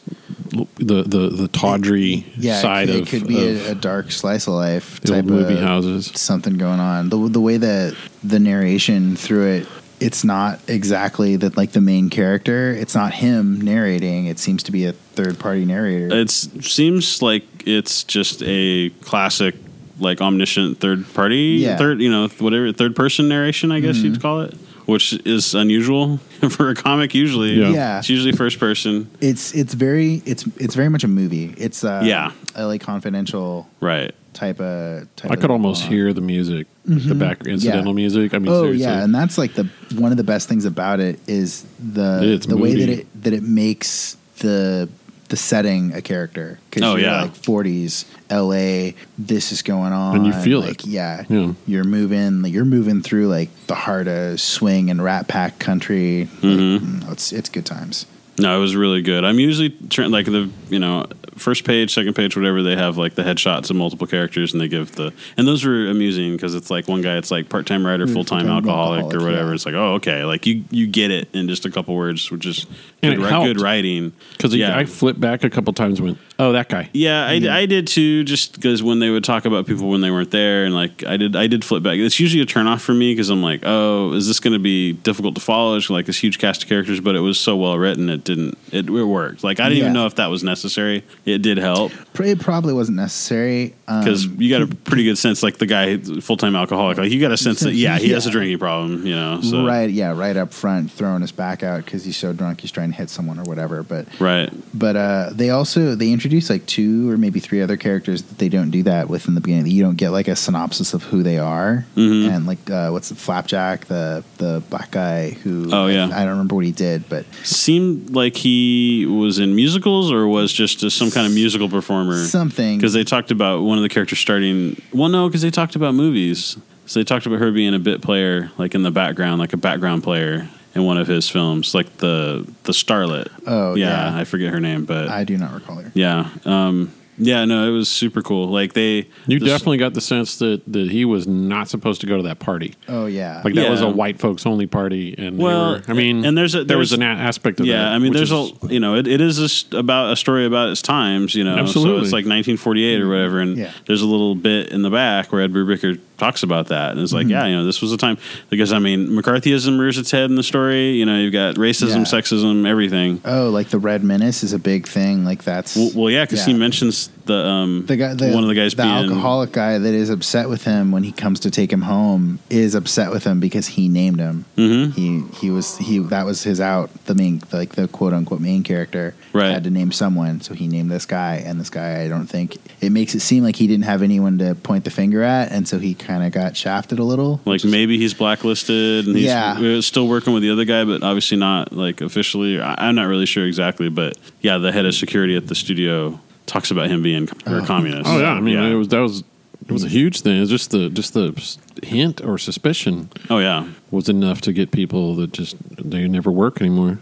Speaker 5: l- the the the tawdry
Speaker 4: yeah. it
Speaker 5: side
Speaker 4: could- it,
Speaker 5: of,
Speaker 4: could be
Speaker 5: of
Speaker 4: a, a dark slice of life
Speaker 5: the
Speaker 4: type
Speaker 5: old movie
Speaker 4: of
Speaker 5: houses.
Speaker 4: something going on. The the way that the narration through it, it's not exactly that like the main character. It's not him narrating. It seems to be a third party narrator.
Speaker 3: It seems like it's just a classic, like omniscient third party,
Speaker 4: Yeah. Mm-hmm.
Speaker 3: third you know whatever third person narration, I guess you'd call it, which is unusual for a comic. Usually,
Speaker 5: Yeah.
Speaker 4: Yeah.
Speaker 3: it's usually first person.
Speaker 4: it's it's very it's it's very much a movie. It's uh,
Speaker 3: Yeah.
Speaker 4: L.A. Confidential
Speaker 3: Right.
Speaker 4: type of. Type
Speaker 5: I
Speaker 4: of
Speaker 5: could almost
Speaker 4: plot.
Speaker 5: hear the music, the back incidental music. I mean,
Speaker 4: Uh, mm-hmm. Oh
Speaker 5: seriously.
Speaker 4: yeah, and that's like the one of the best things about it is the
Speaker 5: It's
Speaker 4: the way that
Speaker 5: moody.
Speaker 4: it that it makes the the setting a character because
Speaker 3: Oh,
Speaker 4: you're
Speaker 3: yeah.
Speaker 4: like 40s LA this is going on
Speaker 5: And you feel
Speaker 4: like
Speaker 5: it.
Speaker 4: yeah,
Speaker 5: Yeah.
Speaker 4: you're moving like, you're moving through like the heart of swing and rat pack country
Speaker 3: Mhm.
Speaker 5: Mm-hmm.
Speaker 4: Like, mm, it's it's good times
Speaker 3: No, it was really good. I'm usually tr- like the you know first page, second page, whatever. They have like the headshots of multiple characters, and they give the and those were amusing because it's like one guy, it's like part time writer,
Speaker 4: Mm,
Speaker 3: full time
Speaker 4: full-time
Speaker 3: alcoholic,
Speaker 4: alcoholic,
Speaker 3: or whatever.
Speaker 4: yeah.
Speaker 3: It's like oh okay, like you you get it in just a couple words, which is good,
Speaker 5: And it
Speaker 3: wri-
Speaker 5: helped.
Speaker 3: good writing.
Speaker 5: Because
Speaker 3: Yeah.
Speaker 5: I flipped back a couple times and went, oh, that guy.
Speaker 3: Yeah, I, I did too. Just because when they would talk about people when they weren't there, and like I did, I did flip back. It's usually a turnoff for me because I'm like, oh, is this going to be difficult to follow? It's like this huge cast of characters, but it was so well written, it didn't, it, it worked. Like I didn't even
Speaker 4: Yeah.
Speaker 3: know if that was necessary. It did help
Speaker 4: Pr- It probably wasn't necessary
Speaker 3: because
Speaker 4: um,
Speaker 3: you got a pretty good sense. Like the guy, full time alcoholic, like you got a sense that yeah, he has a
Speaker 4: Yeah.
Speaker 3: drinking problem. You know, so
Speaker 4: right, yeah, right up front, throwing his back out because he's so drunk, he's trying to hit someone or whatever. But
Speaker 3: right.
Speaker 4: but uh, they also they introduce like two or maybe three other characters that they don't do that with in the beginning. You don't get like a synopsis of who they are
Speaker 3: Mhm.
Speaker 4: and like uh, what's the flapjack, the the black guy who
Speaker 3: Oh, yeah.
Speaker 4: I don't remember what he did, but
Speaker 3: Seemed like he was in musicals or was just a, some kind of musical performer.
Speaker 4: something
Speaker 3: because they talked about one of the characters starting. Well, no, because they talked about movies. So they talked about her being a bit player, like in the background, like a background player in one of his films, like the the starlet.
Speaker 4: Oh, yeah.
Speaker 3: I forget her name, but
Speaker 4: I do not recall her.
Speaker 3: yeah, um, yeah, no, it was super cool. Like they,
Speaker 5: You
Speaker 3: this-
Speaker 5: definitely got the sense that, that he was not supposed to go to that party.
Speaker 4: Oh yeah,
Speaker 5: Like that was
Speaker 3: Yeah.
Speaker 5: a white folks only party, and they
Speaker 3: Well,
Speaker 5: were- I mean,
Speaker 3: and there's a-
Speaker 5: there was
Speaker 3: there's-
Speaker 5: an a- aspect of that.
Speaker 3: Yeah, I mean,
Speaker 5: which
Speaker 3: there's
Speaker 5: is-
Speaker 3: a you know, it, it is a s about a story about its times, you know. So
Speaker 5: Absolutely.
Speaker 3: it's like 1948 or whatever, and
Speaker 4: Yeah.
Speaker 3: there's a little bit in the back where Ed Brubaker talks about that, and it's like, yeah, you know, this was a time because I mean, McCarthyism rears its head in the story. You know, you've got racism,
Speaker 4: Yeah.
Speaker 3: sexism, everything.
Speaker 4: oh like the Red Menace is a big thing. Like that's
Speaker 3: Well, well yeah, because he mentions the um
Speaker 4: the guy, the,
Speaker 3: one of the guys
Speaker 4: the
Speaker 3: being
Speaker 4: alcoholic guy that is upset with him when he comes to take him home, is upset with him because he named him.
Speaker 3: Mhm.
Speaker 4: He he was he that was his out. The main like the quote unquote main character
Speaker 3: Right.
Speaker 4: had to name someone, so he named this guy. And this guy, I don't think it makes it seem like he didn't have anyone to point the finger at, and so he kind of got shafted a little.
Speaker 3: Like maybe he's blacklisted and he's
Speaker 4: Yeah.
Speaker 3: we're still working with the other guy, but obviously not like officially. I, I'm not really sure exactly, but yeah, the head of security at the studio talks about him being a communist.
Speaker 5: Oh yeah, I mean, it was that was it was a huge thing. It was just the just the s- hint or suspicion
Speaker 3: oh yeah,
Speaker 5: was enough to get people that just they never work anymore.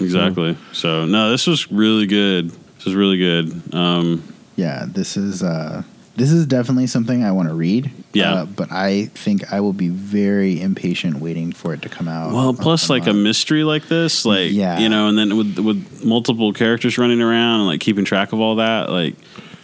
Speaker 3: exactly. So no, this was really good. This was really good. Um,
Speaker 4: Yeah, this is uh this is definitely something I want to read.
Speaker 3: Yeah.
Speaker 4: uh, but I think I will be very impatient waiting for it to come out.
Speaker 3: well, plus like a mystery like this, like
Speaker 4: Yeah.
Speaker 3: you know, and then with with multiple characters running around and like keeping track of all that, like.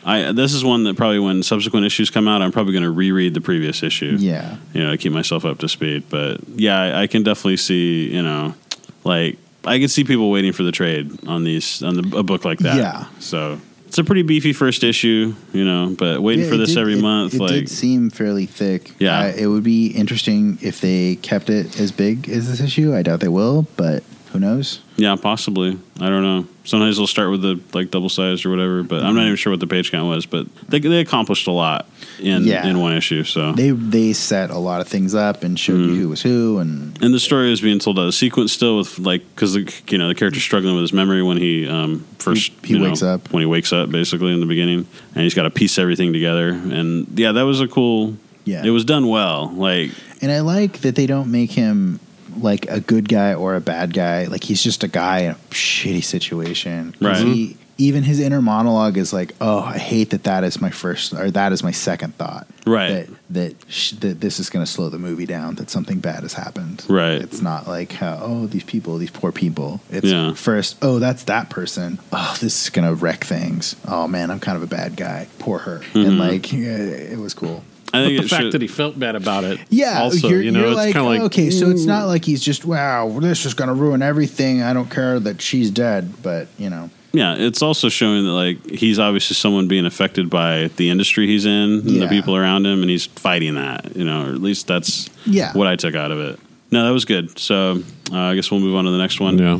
Speaker 3: I, this is one that probably when subsequent issues come out, I'm probably going to reread the previous issue.
Speaker 4: yeah.
Speaker 3: you know, to keep myself up to speed. But yeah, I, I can definitely see, you know, like I can see people waiting for the trade on these on the, a book like that.
Speaker 4: Yeah.
Speaker 3: So it's a pretty beefy first issue, you know, but waiting
Speaker 4: Yeah,
Speaker 3: for
Speaker 4: it
Speaker 3: this
Speaker 4: did-
Speaker 3: every
Speaker 4: it-
Speaker 3: month,
Speaker 4: It
Speaker 3: like
Speaker 4: did seem fairly thick.
Speaker 3: Yeah.
Speaker 4: Uh, it would be interesting if they kept it as big as this issue. I doubt they will, but who knows?
Speaker 3: yeah, possibly. I don't know. Sometimes they'll start with the like double sized or whatever, but I'm not
Speaker 4: Mm-hmm.
Speaker 3: even sure what the page count was. But they they accomplished a lot in
Speaker 4: Yeah.
Speaker 3: in one issue. So
Speaker 4: They they set a lot of things up and showed
Speaker 3: Mm.
Speaker 4: you who was who, and
Speaker 3: and the story is being told out of sequence still with like because the you know the character's struggling with his memory when he um first
Speaker 4: Mm-hmm. He- he
Speaker 3: you know,
Speaker 4: wakes up.
Speaker 3: when he wakes up basically in the beginning and he's got to piece everything together and yeah that was a cool
Speaker 4: yeah,
Speaker 3: it was done well like
Speaker 4: And I like that they don't make him like a good guy or a bad guy. Like he's just a guy in a shitty situation. 'Cause
Speaker 3: Right.
Speaker 4: he- even his inner monologue is like, "Oh, I hate that. That is my first, or that is my second thought.
Speaker 3: Right.
Speaker 4: That that, sh- that this is going to slow the movie down. That something bad has happened.
Speaker 3: Right.
Speaker 4: It's not like how, oh these people, these poor people. It's
Speaker 3: Yeah.
Speaker 4: first, oh that's that person. Oh, this is going to wreck things. Oh man, I'm kind of a bad guy. Poor her.
Speaker 5: Mm-hmm.
Speaker 4: And like, yeah, it was cool.
Speaker 3: I
Speaker 5: But
Speaker 3: think
Speaker 5: the
Speaker 3: it
Speaker 5: fact
Speaker 3: should,
Speaker 5: that he felt bad about it,
Speaker 4: Yeah,
Speaker 5: also,
Speaker 4: you're,
Speaker 5: you know,
Speaker 4: you're
Speaker 5: it's
Speaker 4: like, "Oh,
Speaker 5: kind of like
Speaker 4: okay, so it's not like he's just wow, this is going to ruin everything. I don't care that she's dead, but you know,
Speaker 3: yeah it's also showing that like he's obviously someone being affected by the industry he's in and the
Speaker 4: Yeah.
Speaker 3: people around him and he's fighting that you know or at least that's
Speaker 4: yeah,
Speaker 3: what I took out of it no that was good so uh, I guess we'll move on to the next one
Speaker 5: yeah,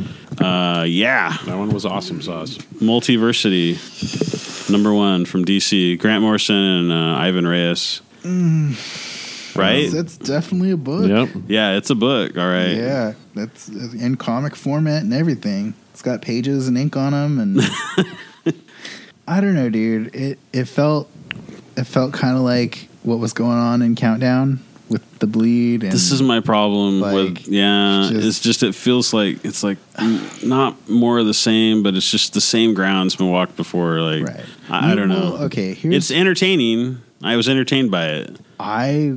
Speaker 3: uh, yeah
Speaker 5: that one was awesome sauce.
Speaker 3: Multiversity, number one from DC. Grant Morrison and uh, Ivan Reyes.
Speaker 4: Mm.
Speaker 3: Right?
Speaker 4: that's definitely a book.
Speaker 5: Yep,
Speaker 3: yeah, it's a book. All right.
Speaker 4: Yeah, that's it's in comic format and everything. It's got pages and ink on them, and I don't know, dude. It it felt it felt kind of like what was going on in Countdown with the bleed. And
Speaker 3: This is my problem
Speaker 4: Like,
Speaker 3: with yeah.
Speaker 4: just-
Speaker 3: it's just it feels like it's like n- not more of the same, but it's just the same ground's been walked before. Like
Speaker 4: right.
Speaker 3: I, I
Speaker 4: You
Speaker 3: don't know.
Speaker 4: will- Okay,
Speaker 3: It's
Speaker 4: here's
Speaker 3: entertaining. I was entertained by it.
Speaker 4: I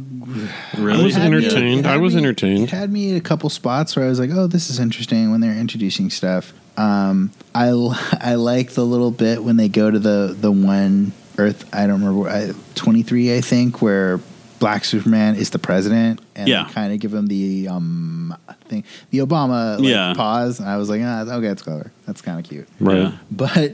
Speaker 3: Really?
Speaker 5: I was
Speaker 4: It had me-
Speaker 5: entertained.
Speaker 4: it had
Speaker 5: I was
Speaker 4: me-
Speaker 5: entertained.
Speaker 4: It had me at a couple spots where I was like, "Oh, this is interesting." When they're introducing stuff, um, I l- I like the little bit when they go to the the one Earth. I don't remember I, twenty three, I think, where Black Superman is the president, and
Speaker 3: Yeah.
Speaker 4: kind of give him the um thing, the Obama like,
Speaker 3: Yeah.
Speaker 4: pause. And I was like, "Ah, okay, that's clever. That's kind of cute."
Speaker 3: Yeah.
Speaker 4: but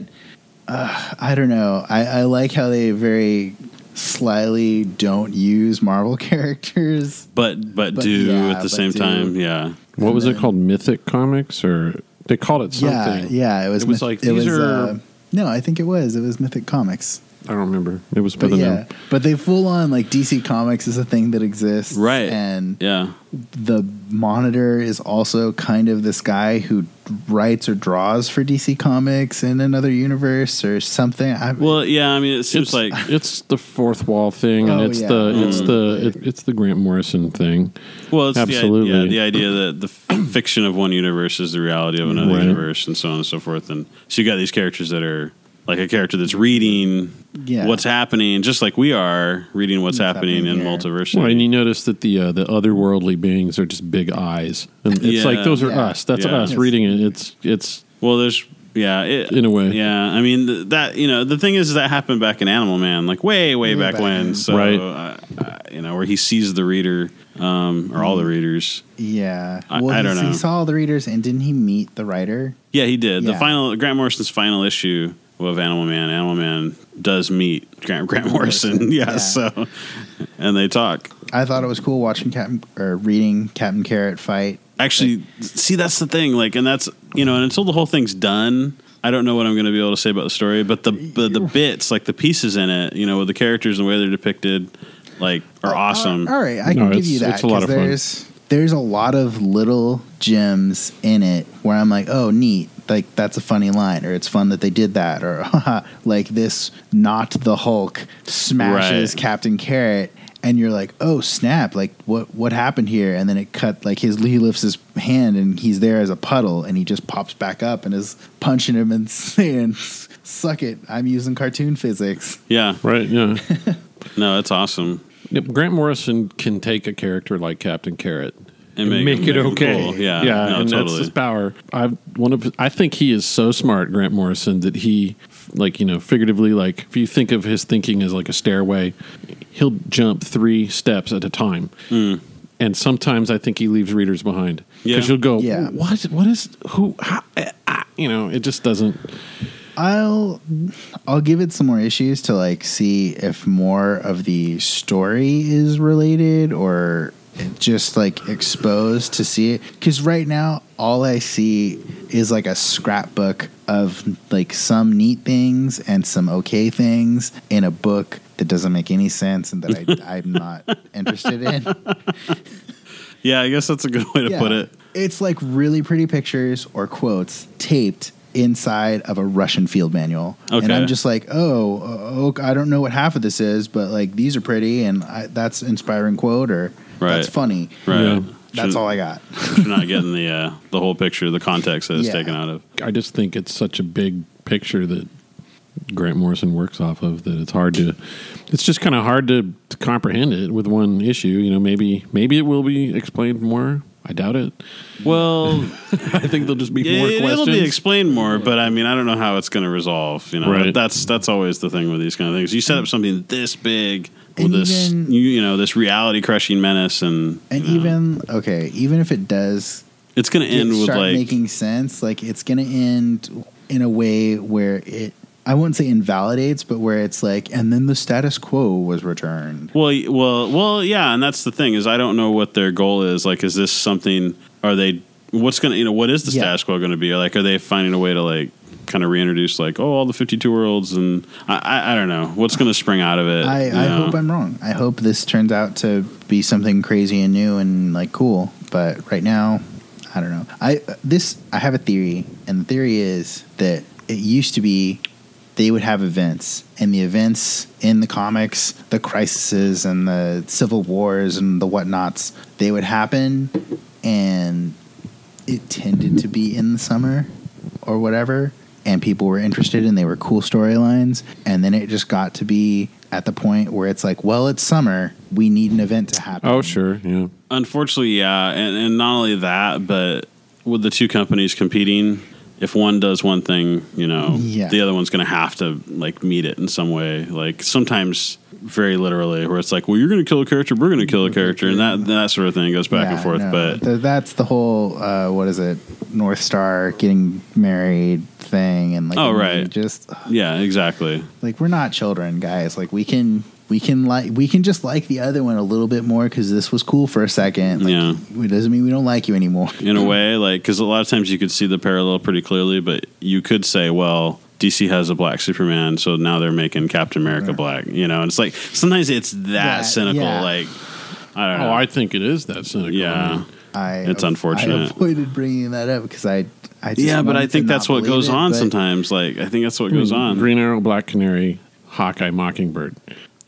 Speaker 4: uh, I don't know. I, I like how they very slyly don't use Marvel characters.
Speaker 3: But but,
Speaker 4: But
Speaker 3: do
Speaker 4: yeah,
Speaker 3: at the
Speaker 4: but
Speaker 3: same
Speaker 4: do.
Speaker 3: time, yeah.
Speaker 5: What
Speaker 4: And
Speaker 5: was
Speaker 4: then-
Speaker 5: it called? Mythic Comics, or they called it something.
Speaker 4: Yeah, yeah. It was.
Speaker 5: It was
Speaker 4: myth-
Speaker 5: like, these are-
Speaker 4: no, I think it was. It was Mythic Comics.
Speaker 5: I don't remember. It was
Speaker 4: But
Speaker 5: better
Speaker 4: yeah,
Speaker 5: than
Speaker 4: but they full on like DC Comics is a thing that exists,
Speaker 3: Right.
Speaker 4: And
Speaker 3: Yeah.
Speaker 4: the Monitor is also kind of this guy who writes or draws for DC Comics in another universe or something. I,
Speaker 3: Well, yeah, I mean it seems
Speaker 5: it's
Speaker 3: like
Speaker 5: it's the fourth wall thing, and
Speaker 4: Oh,
Speaker 5: it's
Speaker 4: yeah.
Speaker 5: the it's the it, it's the Grant Morrison thing.
Speaker 3: well it's
Speaker 5: Absolutely.
Speaker 3: The, yeah, the idea that the f- fiction of one universe is the reality of another
Speaker 5: Right.
Speaker 3: universe and so on and so forth. And so you got these characters that are like a character that's reading
Speaker 4: yeah,
Speaker 3: what's happening, just like we are reading what's,
Speaker 4: What's
Speaker 3: happening,
Speaker 4: happening
Speaker 3: in
Speaker 4: here.
Speaker 3: multiversity.
Speaker 5: Well, and you notice that the uh, the otherworldly beings are just big eyes, and it's
Speaker 3: Yeah.
Speaker 5: like those are
Speaker 4: Yeah.
Speaker 5: us. That's
Speaker 3: Yeah.
Speaker 5: us
Speaker 4: Yes.
Speaker 5: reading it. It's it's
Speaker 3: Well, there's yeah, it,
Speaker 5: In a way.
Speaker 3: yeah. I mean th- that you know the thing is that happened back in Animal Man, like way way,
Speaker 4: Way
Speaker 3: back,
Speaker 4: back
Speaker 3: when.
Speaker 4: when.
Speaker 3: So
Speaker 5: Right.
Speaker 3: uh, uh, you know where he sees the reader um, or all
Speaker 4: Mm-hmm.
Speaker 3: the readers.
Speaker 4: yeah.
Speaker 3: I-
Speaker 4: well,
Speaker 3: I don't
Speaker 4: he,
Speaker 3: know.
Speaker 4: he saw all the readers, and didn't he meet the writer?
Speaker 3: Yeah, he did. The
Speaker 4: Yeah.
Speaker 3: final Grant Morrison's final issue of Animal Man. Animal Man does meet Grant Grant Morrison.
Speaker 4: Morrison,
Speaker 3: yeah,
Speaker 4: yeah.
Speaker 3: so and they talk.
Speaker 4: I thought it was cool watching Captain or reading Captain Carrot fight.
Speaker 3: Actually, see that's the thing. Like, and that's you know, and until the whole thing's done, I don't know what I'm going to be able to say about the story. But the the, the bits, like the pieces in it, you know, with the characters and the way they're depicted, like are
Speaker 4: Oh,
Speaker 3: awesome.
Speaker 4: All right, I
Speaker 5: No,
Speaker 4: can give
Speaker 5: it's-
Speaker 4: you that.
Speaker 5: it's a lot
Speaker 4: 'cause
Speaker 5: of fun.
Speaker 4: There's there's a lot of little gems in it where I'm like, oh, neat. Like that's a funny line, or it's fun that they did that, or haha, like this. Not the Hulk smashes
Speaker 3: Right.
Speaker 4: Captain Carrot, and you're like, oh snap! Like what what happened here? And then it cut like his he lifts his hand and he's there as a puddle, and he just pops back up and is punching him and saying, "Suck it! I'm using cartoon physics."
Speaker 3: Yeah,
Speaker 5: right. Yeah,
Speaker 3: no, it's awesome.
Speaker 5: Yep, Grant Morrison can take a character like Captain Carrot
Speaker 3: And
Speaker 5: and make, it okay.
Speaker 3: cool. Yeah,
Speaker 5: yeah,
Speaker 3: no,
Speaker 5: and
Speaker 3: totally.
Speaker 5: that's his power. I one of I think he is so smart, Grant Morrison, that he like you know figuratively like if you think of his thinking as like a stairway, he'll jump three steps at a time. And sometimes I think he leaves readers behind
Speaker 3: Hmm. Yeah.
Speaker 5: because you'll go,
Speaker 4: Yeah.
Speaker 5: what? What is who? How, eh, ah," you know, it just doesn't.
Speaker 4: I'll I'll give it some more issues to like see if more of the story is related or just like exposed to see it cuz right now all I see is like a scrapbook of like some neat things and some okay things in a book that doesn't make any sense and that I, I'm not interested in.
Speaker 3: yeah, I guess that's a good way to
Speaker 4: Yeah.
Speaker 3: put it.
Speaker 4: It's like really pretty pictures or quotes taped inside of a Russian field manual.
Speaker 3: Okay.
Speaker 4: And I'm just like, oh, oh, I don't know what half of this is, but like these are pretty and I, that's inspiring quote or
Speaker 3: Right.
Speaker 4: that's funny.
Speaker 3: Right.
Speaker 5: Yeah.
Speaker 4: That's all I got.
Speaker 3: You're not getting the uh, the whole picture, the context that it's
Speaker 4: Yeah.
Speaker 3: taken out of.
Speaker 5: I just think it's such a big picture that Grant Morrison works off of that it's hard to it's just kind of hard to, to comprehend it with one issue, you know, maybe maybe it will be explained more. I doubt it.
Speaker 3: Well,
Speaker 5: I think there'll just be
Speaker 3: yeah,
Speaker 5: more
Speaker 3: it- it'll
Speaker 5: questions.
Speaker 3: be explained more, but I mean, I don't know how it's going to resolve. You know,
Speaker 5: Right.
Speaker 3: But that's that's always the thing with these kind of things. You set up something this big with
Speaker 4: And
Speaker 3: this,
Speaker 4: even-
Speaker 3: you, you know, this reality crushing menace, and
Speaker 4: And
Speaker 3: you know,
Speaker 4: even, okay, even if it does
Speaker 3: it's going to end with
Speaker 4: start
Speaker 3: like
Speaker 4: making sense. Like it's gonna end in a way where it I wouldn't say invalidates, but where it's like, and then the status quo was returned.
Speaker 3: Well, y- well, well, yeah, and that's the thing is I don't know what their goal is. Like, is this something? Are they? What's gonna? You know, what is the
Speaker 4: Yeah.
Speaker 3: status quo going to be? Like, are they finding a way to like kind of reintroduce like oh all the fifty two worlds and I, I I don't know what's going to spring out of it.
Speaker 4: I,
Speaker 3: you
Speaker 4: I
Speaker 3: know?
Speaker 4: hope I'm wrong. I hope this turns out to be something crazy and new and like cool. But right now, I don't know. I this I have a theory, and the theory is that it used to be they would have events, and the events in the comics, the crises and the civil wars and the whatnots, they would happen, and it tended to be in the summer or whatever, and people were interested and they were cool storylines, and then it just got to be at the point where it's like, well, it's summer, we need an event to happen.
Speaker 5: Oh, sure. Yeah.
Speaker 3: Unfortunately, yeah, and, and not only that, but with the two companies competing, if one does one thing, you know,
Speaker 4: Yeah.
Speaker 3: the other one's going to have to like meet it in some way. Like sometimes, very literally, where it's like, well, you're going to kill a character, we're going to kill a character, and that that sort of thing goes back and
Speaker 4: Yeah,
Speaker 3: forth.
Speaker 4: no,
Speaker 3: but
Speaker 4: th- that's the whole uh, what is it North Star getting married thing and like
Speaker 3: Oh,
Speaker 4: we
Speaker 3: right.
Speaker 4: just
Speaker 3: yeah, exactly.
Speaker 4: like we're not children guys like we can we can like we can just like the other one a little bit more because this was cool for a second like,
Speaker 3: Yeah.
Speaker 4: it doesn't mean we don't like you anymore
Speaker 3: in a way like because a lot of times you could see the parallel pretty clearly but you could say well dc has a black superman so now they're making captain america black you know and it's like sometimes it's that
Speaker 4: That-
Speaker 3: cynical
Speaker 4: yeah.
Speaker 3: like i don't know
Speaker 5: Oh, I think it is that cynical. I
Speaker 3: Uh, yeah
Speaker 5: mean,
Speaker 4: I
Speaker 3: It's unfortunate.
Speaker 4: I avoided bringing that up because I I just
Speaker 3: yeah but
Speaker 4: wanted
Speaker 3: i
Speaker 4: to
Speaker 3: think
Speaker 4: not
Speaker 3: that's what
Speaker 4: believe
Speaker 3: goes
Speaker 4: it,
Speaker 3: on
Speaker 4: but Hmm.
Speaker 3: sometimes like i think that's what goes on
Speaker 5: Green Arrow, Black Canary, Hawkeye, Mockingbird.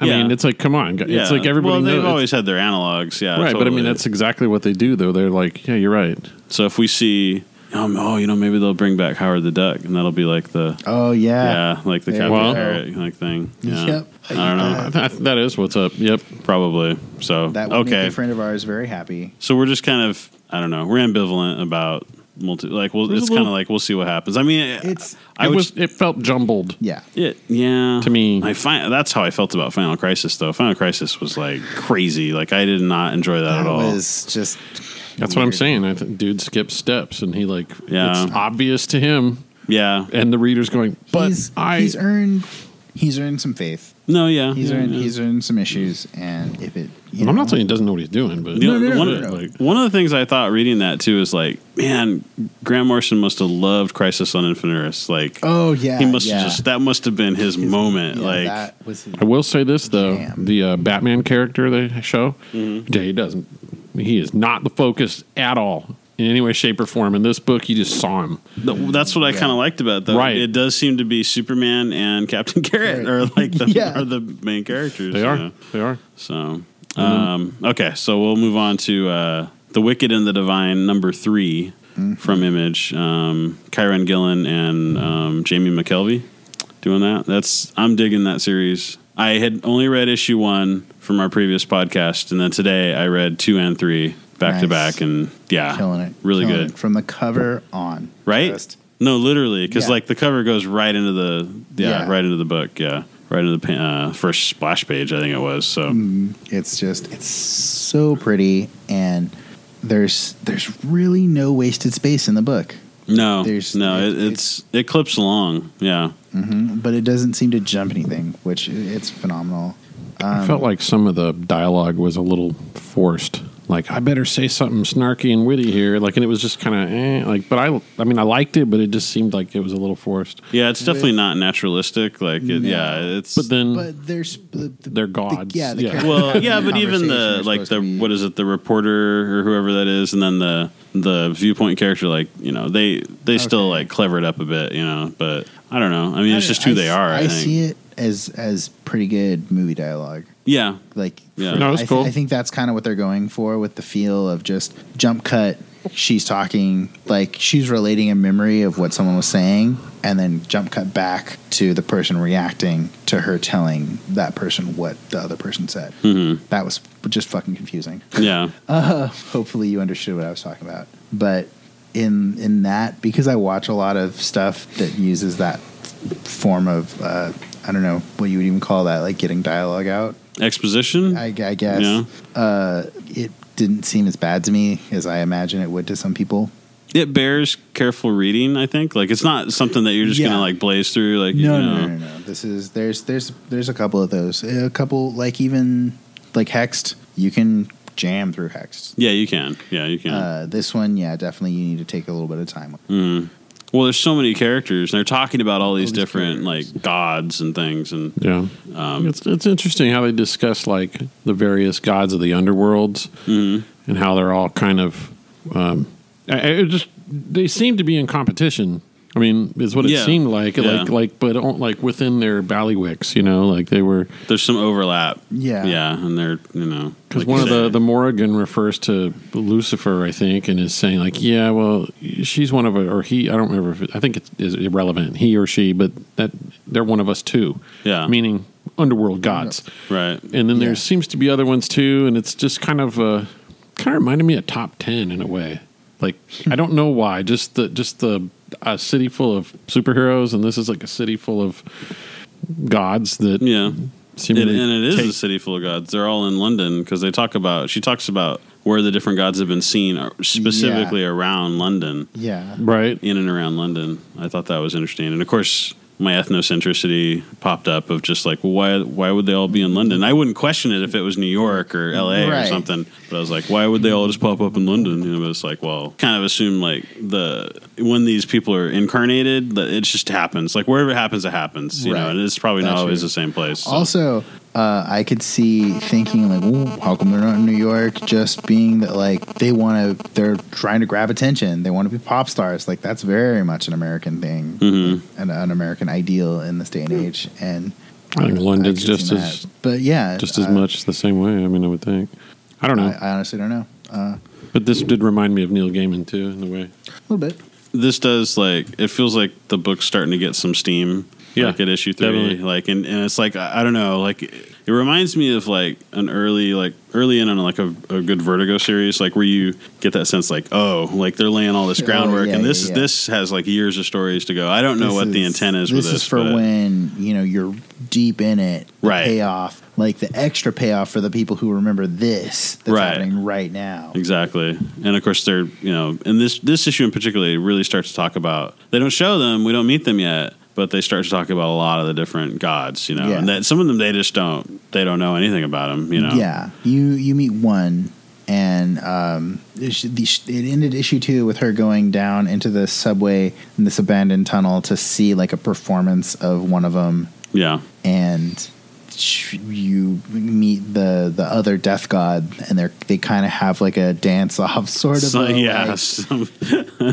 Speaker 5: I
Speaker 3: Yeah.
Speaker 5: mean, it's like, come on.
Speaker 3: yeah.
Speaker 5: It's like everybody
Speaker 3: well,
Speaker 5: knows.
Speaker 3: they've always had their analogs yeah
Speaker 5: right, but I mean,
Speaker 3: totally.
Speaker 5: that's exactly what they do, though. They're like, yeah, you're right.
Speaker 3: so if we see um, oh you know maybe they'll bring back howard the duck and that'll be like the
Speaker 4: oh yeah,
Speaker 3: yeah, like the
Speaker 4: There
Speaker 3: captain
Speaker 4: we
Speaker 5: go.
Speaker 3: America like thing yeah
Speaker 4: Yep.
Speaker 3: i don't know
Speaker 4: Uh,
Speaker 5: That, that is what's up. Yep.
Speaker 3: probably so
Speaker 4: that would
Speaker 3: okay
Speaker 4: make a friend of ours very happy
Speaker 3: So we're just kind of I don't know. We're ambivalent about multi. Like well,
Speaker 5: There's a
Speaker 3: it's
Speaker 5: little-
Speaker 3: kind of like we'll see what happens. I mean,
Speaker 4: It's-
Speaker 3: it's
Speaker 5: I
Speaker 3: I
Speaker 5: it
Speaker 3: would,
Speaker 5: was. It felt jumbled.
Speaker 4: yeah
Speaker 3: it, yeah
Speaker 5: To me.
Speaker 3: I find that's how I felt about Final Crisis though. Final Crisis was like crazy. Like I did not enjoy that, at
Speaker 4: that
Speaker 3: all.
Speaker 4: was just
Speaker 5: That's what I'm
Speaker 4: weird.
Speaker 5: saying. I th- dude skips steps, and he like
Speaker 3: Yeah.
Speaker 5: it's obvious to him,
Speaker 3: yeah.
Speaker 5: and the reader's going, but
Speaker 4: he's,
Speaker 5: I.
Speaker 4: he's earned he's earned some faith
Speaker 3: No. Yeah.
Speaker 4: He's
Speaker 3: yeah,
Speaker 4: earned
Speaker 3: yeah.
Speaker 4: he's earned some issues, and if it, you
Speaker 5: I'm
Speaker 4: know,
Speaker 5: not saying he doesn't know what he's doing, but
Speaker 3: You know,
Speaker 4: no, no,
Speaker 3: one,
Speaker 4: no, no.
Speaker 3: like, one of the things I thought reading that too is like, man, Graham Morrison must have loved Crisis on Infinite Earths. Like,
Speaker 4: Oh yeah,
Speaker 3: he must
Speaker 4: yeah.
Speaker 3: have just that must have been his, moment.
Speaker 4: Yeah,
Speaker 3: like,
Speaker 4: that was his-
Speaker 5: I will say this though:
Speaker 4: Jam.
Speaker 5: the uh, Batman character they show,
Speaker 3: Mm-hmm.
Speaker 5: yeah, he doesn't. He is not the focus at all in any way, shape, or form. In this book, you just saw him.
Speaker 3: Th- That's what I kind of liked about it, though.
Speaker 5: Right.
Speaker 3: It does seem to be Superman and Captain Carrot
Speaker 4: Right.
Speaker 3: are like the
Speaker 4: Yeah.
Speaker 3: are the main characters.
Speaker 5: They
Speaker 3: you
Speaker 5: are.
Speaker 3: know?
Speaker 5: They are.
Speaker 3: So
Speaker 4: Mm-hmm.
Speaker 3: um, okay, so we'll move on to uh, the Wicked and the Divine number 3
Speaker 4: Mm-hmm.
Speaker 3: from Image. Um, Kyron Gillen and um, Jamie McKelvey doing that. That's I'm digging that series. I had only read issue one from our previous podcast, and then today I read two and three back to
Speaker 4: Nice.
Speaker 3: back, and yeah,
Speaker 4: killing it,
Speaker 3: really
Speaker 4: killing
Speaker 3: good
Speaker 4: it. from the cover on,
Speaker 3: right?
Speaker 4: Just-
Speaker 3: no, literally, because
Speaker 4: Yeah.
Speaker 3: like the cover goes right into the yeah,
Speaker 4: Yeah.
Speaker 3: right into the book, yeah, right into the pa- uh, first splash page, I think it was. So
Speaker 4: it's just it's so pretty, and there's there's really no wasted space in the book,
Speaker 3: no,
Speaker 4: There's-
Speaker 3: no,
Speaker 4: it-
Speaker 3: it, it's it clips along, yeah, Mm-hmm.
Speaker 4: but it doesn't seem to jump anything, which i- it's phenomenal. Um,
Speaker 5: I felt like some of the dialogue was a little forced. Like I better say something snarky and witty here. Like, and it was just kind of eh, like. But I, I mean, I liked it, but it just seemed like it was a little forced.
Speaker 3: yeah. It's definitely not naturalistic, like it, yeah, it's
Speaker 5: But then,
Speaker 4: But there's the, the,
Speaker 5: They're
Speaker 4: the-
Speaker 5: gods,
Speaker 4: yeah, the
Speaker 5: yeah.
Speaker 4: characters
Speaker 3: well
Speaker 4: having
Speaker 3: yeah
Speaker 4: the
Speaker 3: but even
Speaker 4: conversation
Speaker 3: the like
Speaker 4: are supposed to
Speaker 3: the
Speaker 4: be-
Speaker 3: what is it the reporter or whoever that is and then the the viewpoint character like you know they they still
Speaker 4: Okay.
Speaker 3: like clever it up a bit you know but i don't know i mean it's just who
Speaker 4: I-
Speaker 3: they are i,
Speaker 4: I,
Speaker 3: think
Speaker 4: see it as as pretty good movie dialogue.
Speaker 3: yeah
Speaker 4: Like,
Speaker 3: Yeah.
Speaker 5: No, it's
Speaker 4: I, th-
Speaker 5: cool.
Speaker 4: I think that's kind of what they're going for with the feel of just jump cut. She's talking like she's relating a memory of what someone was saying, and then jump cut back to the person reacting to her telling that person what the other person said. Mm-hmm. That was just fucking confusing.
Speaker 3: yeah
Speaker 4: Hopefully, you understood what I was talking about. But in in that, because I watch a lot of stuff that uses that form of uh, I don't know what you would even call that, like getting dialogue out.
Speaker 3: exposition
Speaker 4: I, I guess
Speaker 3: Yeah.
Speaker 4: uh, it didn't seem as bad to me as I imagine it would to some people.
Speaker 3: it bears careful reading i think like it's not something that you're just
Speaker 4: Yeah.
Speaker 3: gonna like blaze through like
Speaker 4: No,
Speaker 3: you
Speaker 4: no,
Speaker 3: know
Speaker 4: no, no, no. This is there's there's there's a couple of those. A couple like even like hexed, you can jam through hexed.
Speaker 3: yeah you can yeah Hmm? you can
Speaker 4: Uh, this one, yeah, definitely you need to take a little bit of time.
Speaker 3: well there's so many characters and they're talking about all these
Speaker 4: these
Speaker 3: different
Speaker 4: characters.
Speaker 3: like gods and things and
Speaker 5: yeah,
Speaker 3: Um,
Speaker 5: it's it's interesting how they discuss like the various gods of the underworlds
Speaker 3: Mm-hmm.
Speaker 5: and how they're all kind of. Um, I, I it just they seem to be in competition I mean, is what it
Speaker 3: Yeah.
Speaker 5: seemed like,
Speaker 3: Yeah.
Speaker 5: like, like, but on- like within their ballywicks, you know, like they were
Speaker 3: There's some overlap.
Speaker 4: Yeah.
Speaker 3: Yeah, and they're you know
Speaker 5: because
Speaker 3: like
Speaker 5: one
Speaker 3: you
Speaker 5: of the
Speaker 3: said.
Speaker 5: the Morrigan refers to Lucifer, I think, and is saying like, yeah, well, she's one of a, or he, I don't remember. If it, I think it is irrelevant, he or she, but that they're one of us too.
Speaker 3: Yeah.
Speaker 5: meaning underworld gods.
Speaker 3: right.
Speaker 5: And then
Speaker 4: Yeah.
Speaker 5: there seems to be other ones too, and it's just kind of uh, kind of reminded me of top ten in a way. Like I don't know why, just the just the a city full of superheroes, and this is like a city full of gods that
Speaker 3: Yeah.
Speaker 5: seem
Speaker 3: It,
Speaker 5: to
Speaker 3: and it is
Speaker 5: take-
Speaker 3: a city full of gods. They're all in London because they talk about. She talks about where the different gods have been seen, uh, specifically around London,
Speaker 4: Yeah.
Speaker 5: right.
Speaker 3: in and around London. I thought that was interesting, and of course, my ethnocentricity popped up of just like, why? Why would they all be in London? I wouldn't question it if it was New York or L.A. or
Speaker 4: Right.
Speaker 3: something, but I was like, why would they all just pop up in London? You know, but it's like, well, kind of assume like the when these people are incarnated, that it just happens. Like wherever it happens, it happens. You know,
Speaker 4: Right.
Speaker 3: and it's probably not
Speaker 4: That's
Speaker 3: always
Speaker 4: true.
Speaker 3: the same place. so.
Speaker 4: Also, uh, I could see thinking like, Ooh, how come they're not in New York? Just being that like they want to, they're trying to grab attention. They want to be pop stars. Like that's very much an American thing,
Speaker 3: Mm-hmm.
Speaker 4: an, an American ideal in this day and age. And
Speaker 5: I think London's
Speaker 4: I could see
Speaker 5: just
Speaker 4: that.
Speaker 5: as
Speaker 4: but yeah,
Speaker 5: just as
Speaker 4: I-
Speaker 5: much the same way. I mean, I would think. I don't know,
Speaker 4: I, I honestly don't know. Uh,
Speaker 5: but this did remind me of Neil Gaiman too in a way.
Speaker 4: a little bit.
Speaker 3: this does like it feels like the book's starting to get some steam.
Speaker 5: Yeah,
Speaker 3: like at issue three,
Speaker 5: definitely.
Speaker 3: like and, and it's like I I don't know, like it reminds me of like an early like early in on like a, a good Vertigo series, like where you get that sense like oh, like they're laying all this
Speaker 4: Oh,
Speaker 3: groundwork,
Speaker 4: yeah,
Speaker 3: and this
Speaker 4: yeah, yeah.
Speaker 3: this has like years of stories to go. I don't know
Speaker 4: This
Speaker 3: what the intent is with this,
Speaker 4: is for
Speaker 3: but
Speaker 4: when you know you're deep in it. the
Speaker 3: Right.
Speaker 4: Payoff, like the extra payoff for the people who remember this that's
Speaker 3: Right.
Speaker 4: happening right now.
Speaker 3: Exactly, and of course they're you know, and this this issue in particular really starts to talk about. They don't show them, we don't meet them yet, but they start to talk about a lot of the different gods, you know,
Speaker 4: Yeah.
Speaker 3: and that some of them they just don't they don't know anything about them, you know.
Speaker 4: Yeah, you you meet one, and um, it sh- the sh- it ended issue two with her going down into the subway in this abandoned tunnel to see like a performance of one of them,
Speaker 3: yeah,
Speaker 4: and sh- you meet the the other death god, and they are they kind of have like a dance off sort of,
Speaker 3: So-
Speaker 4: a,
Speaker 3: yeah,
Speaker 4: like,
Speaker 3: some-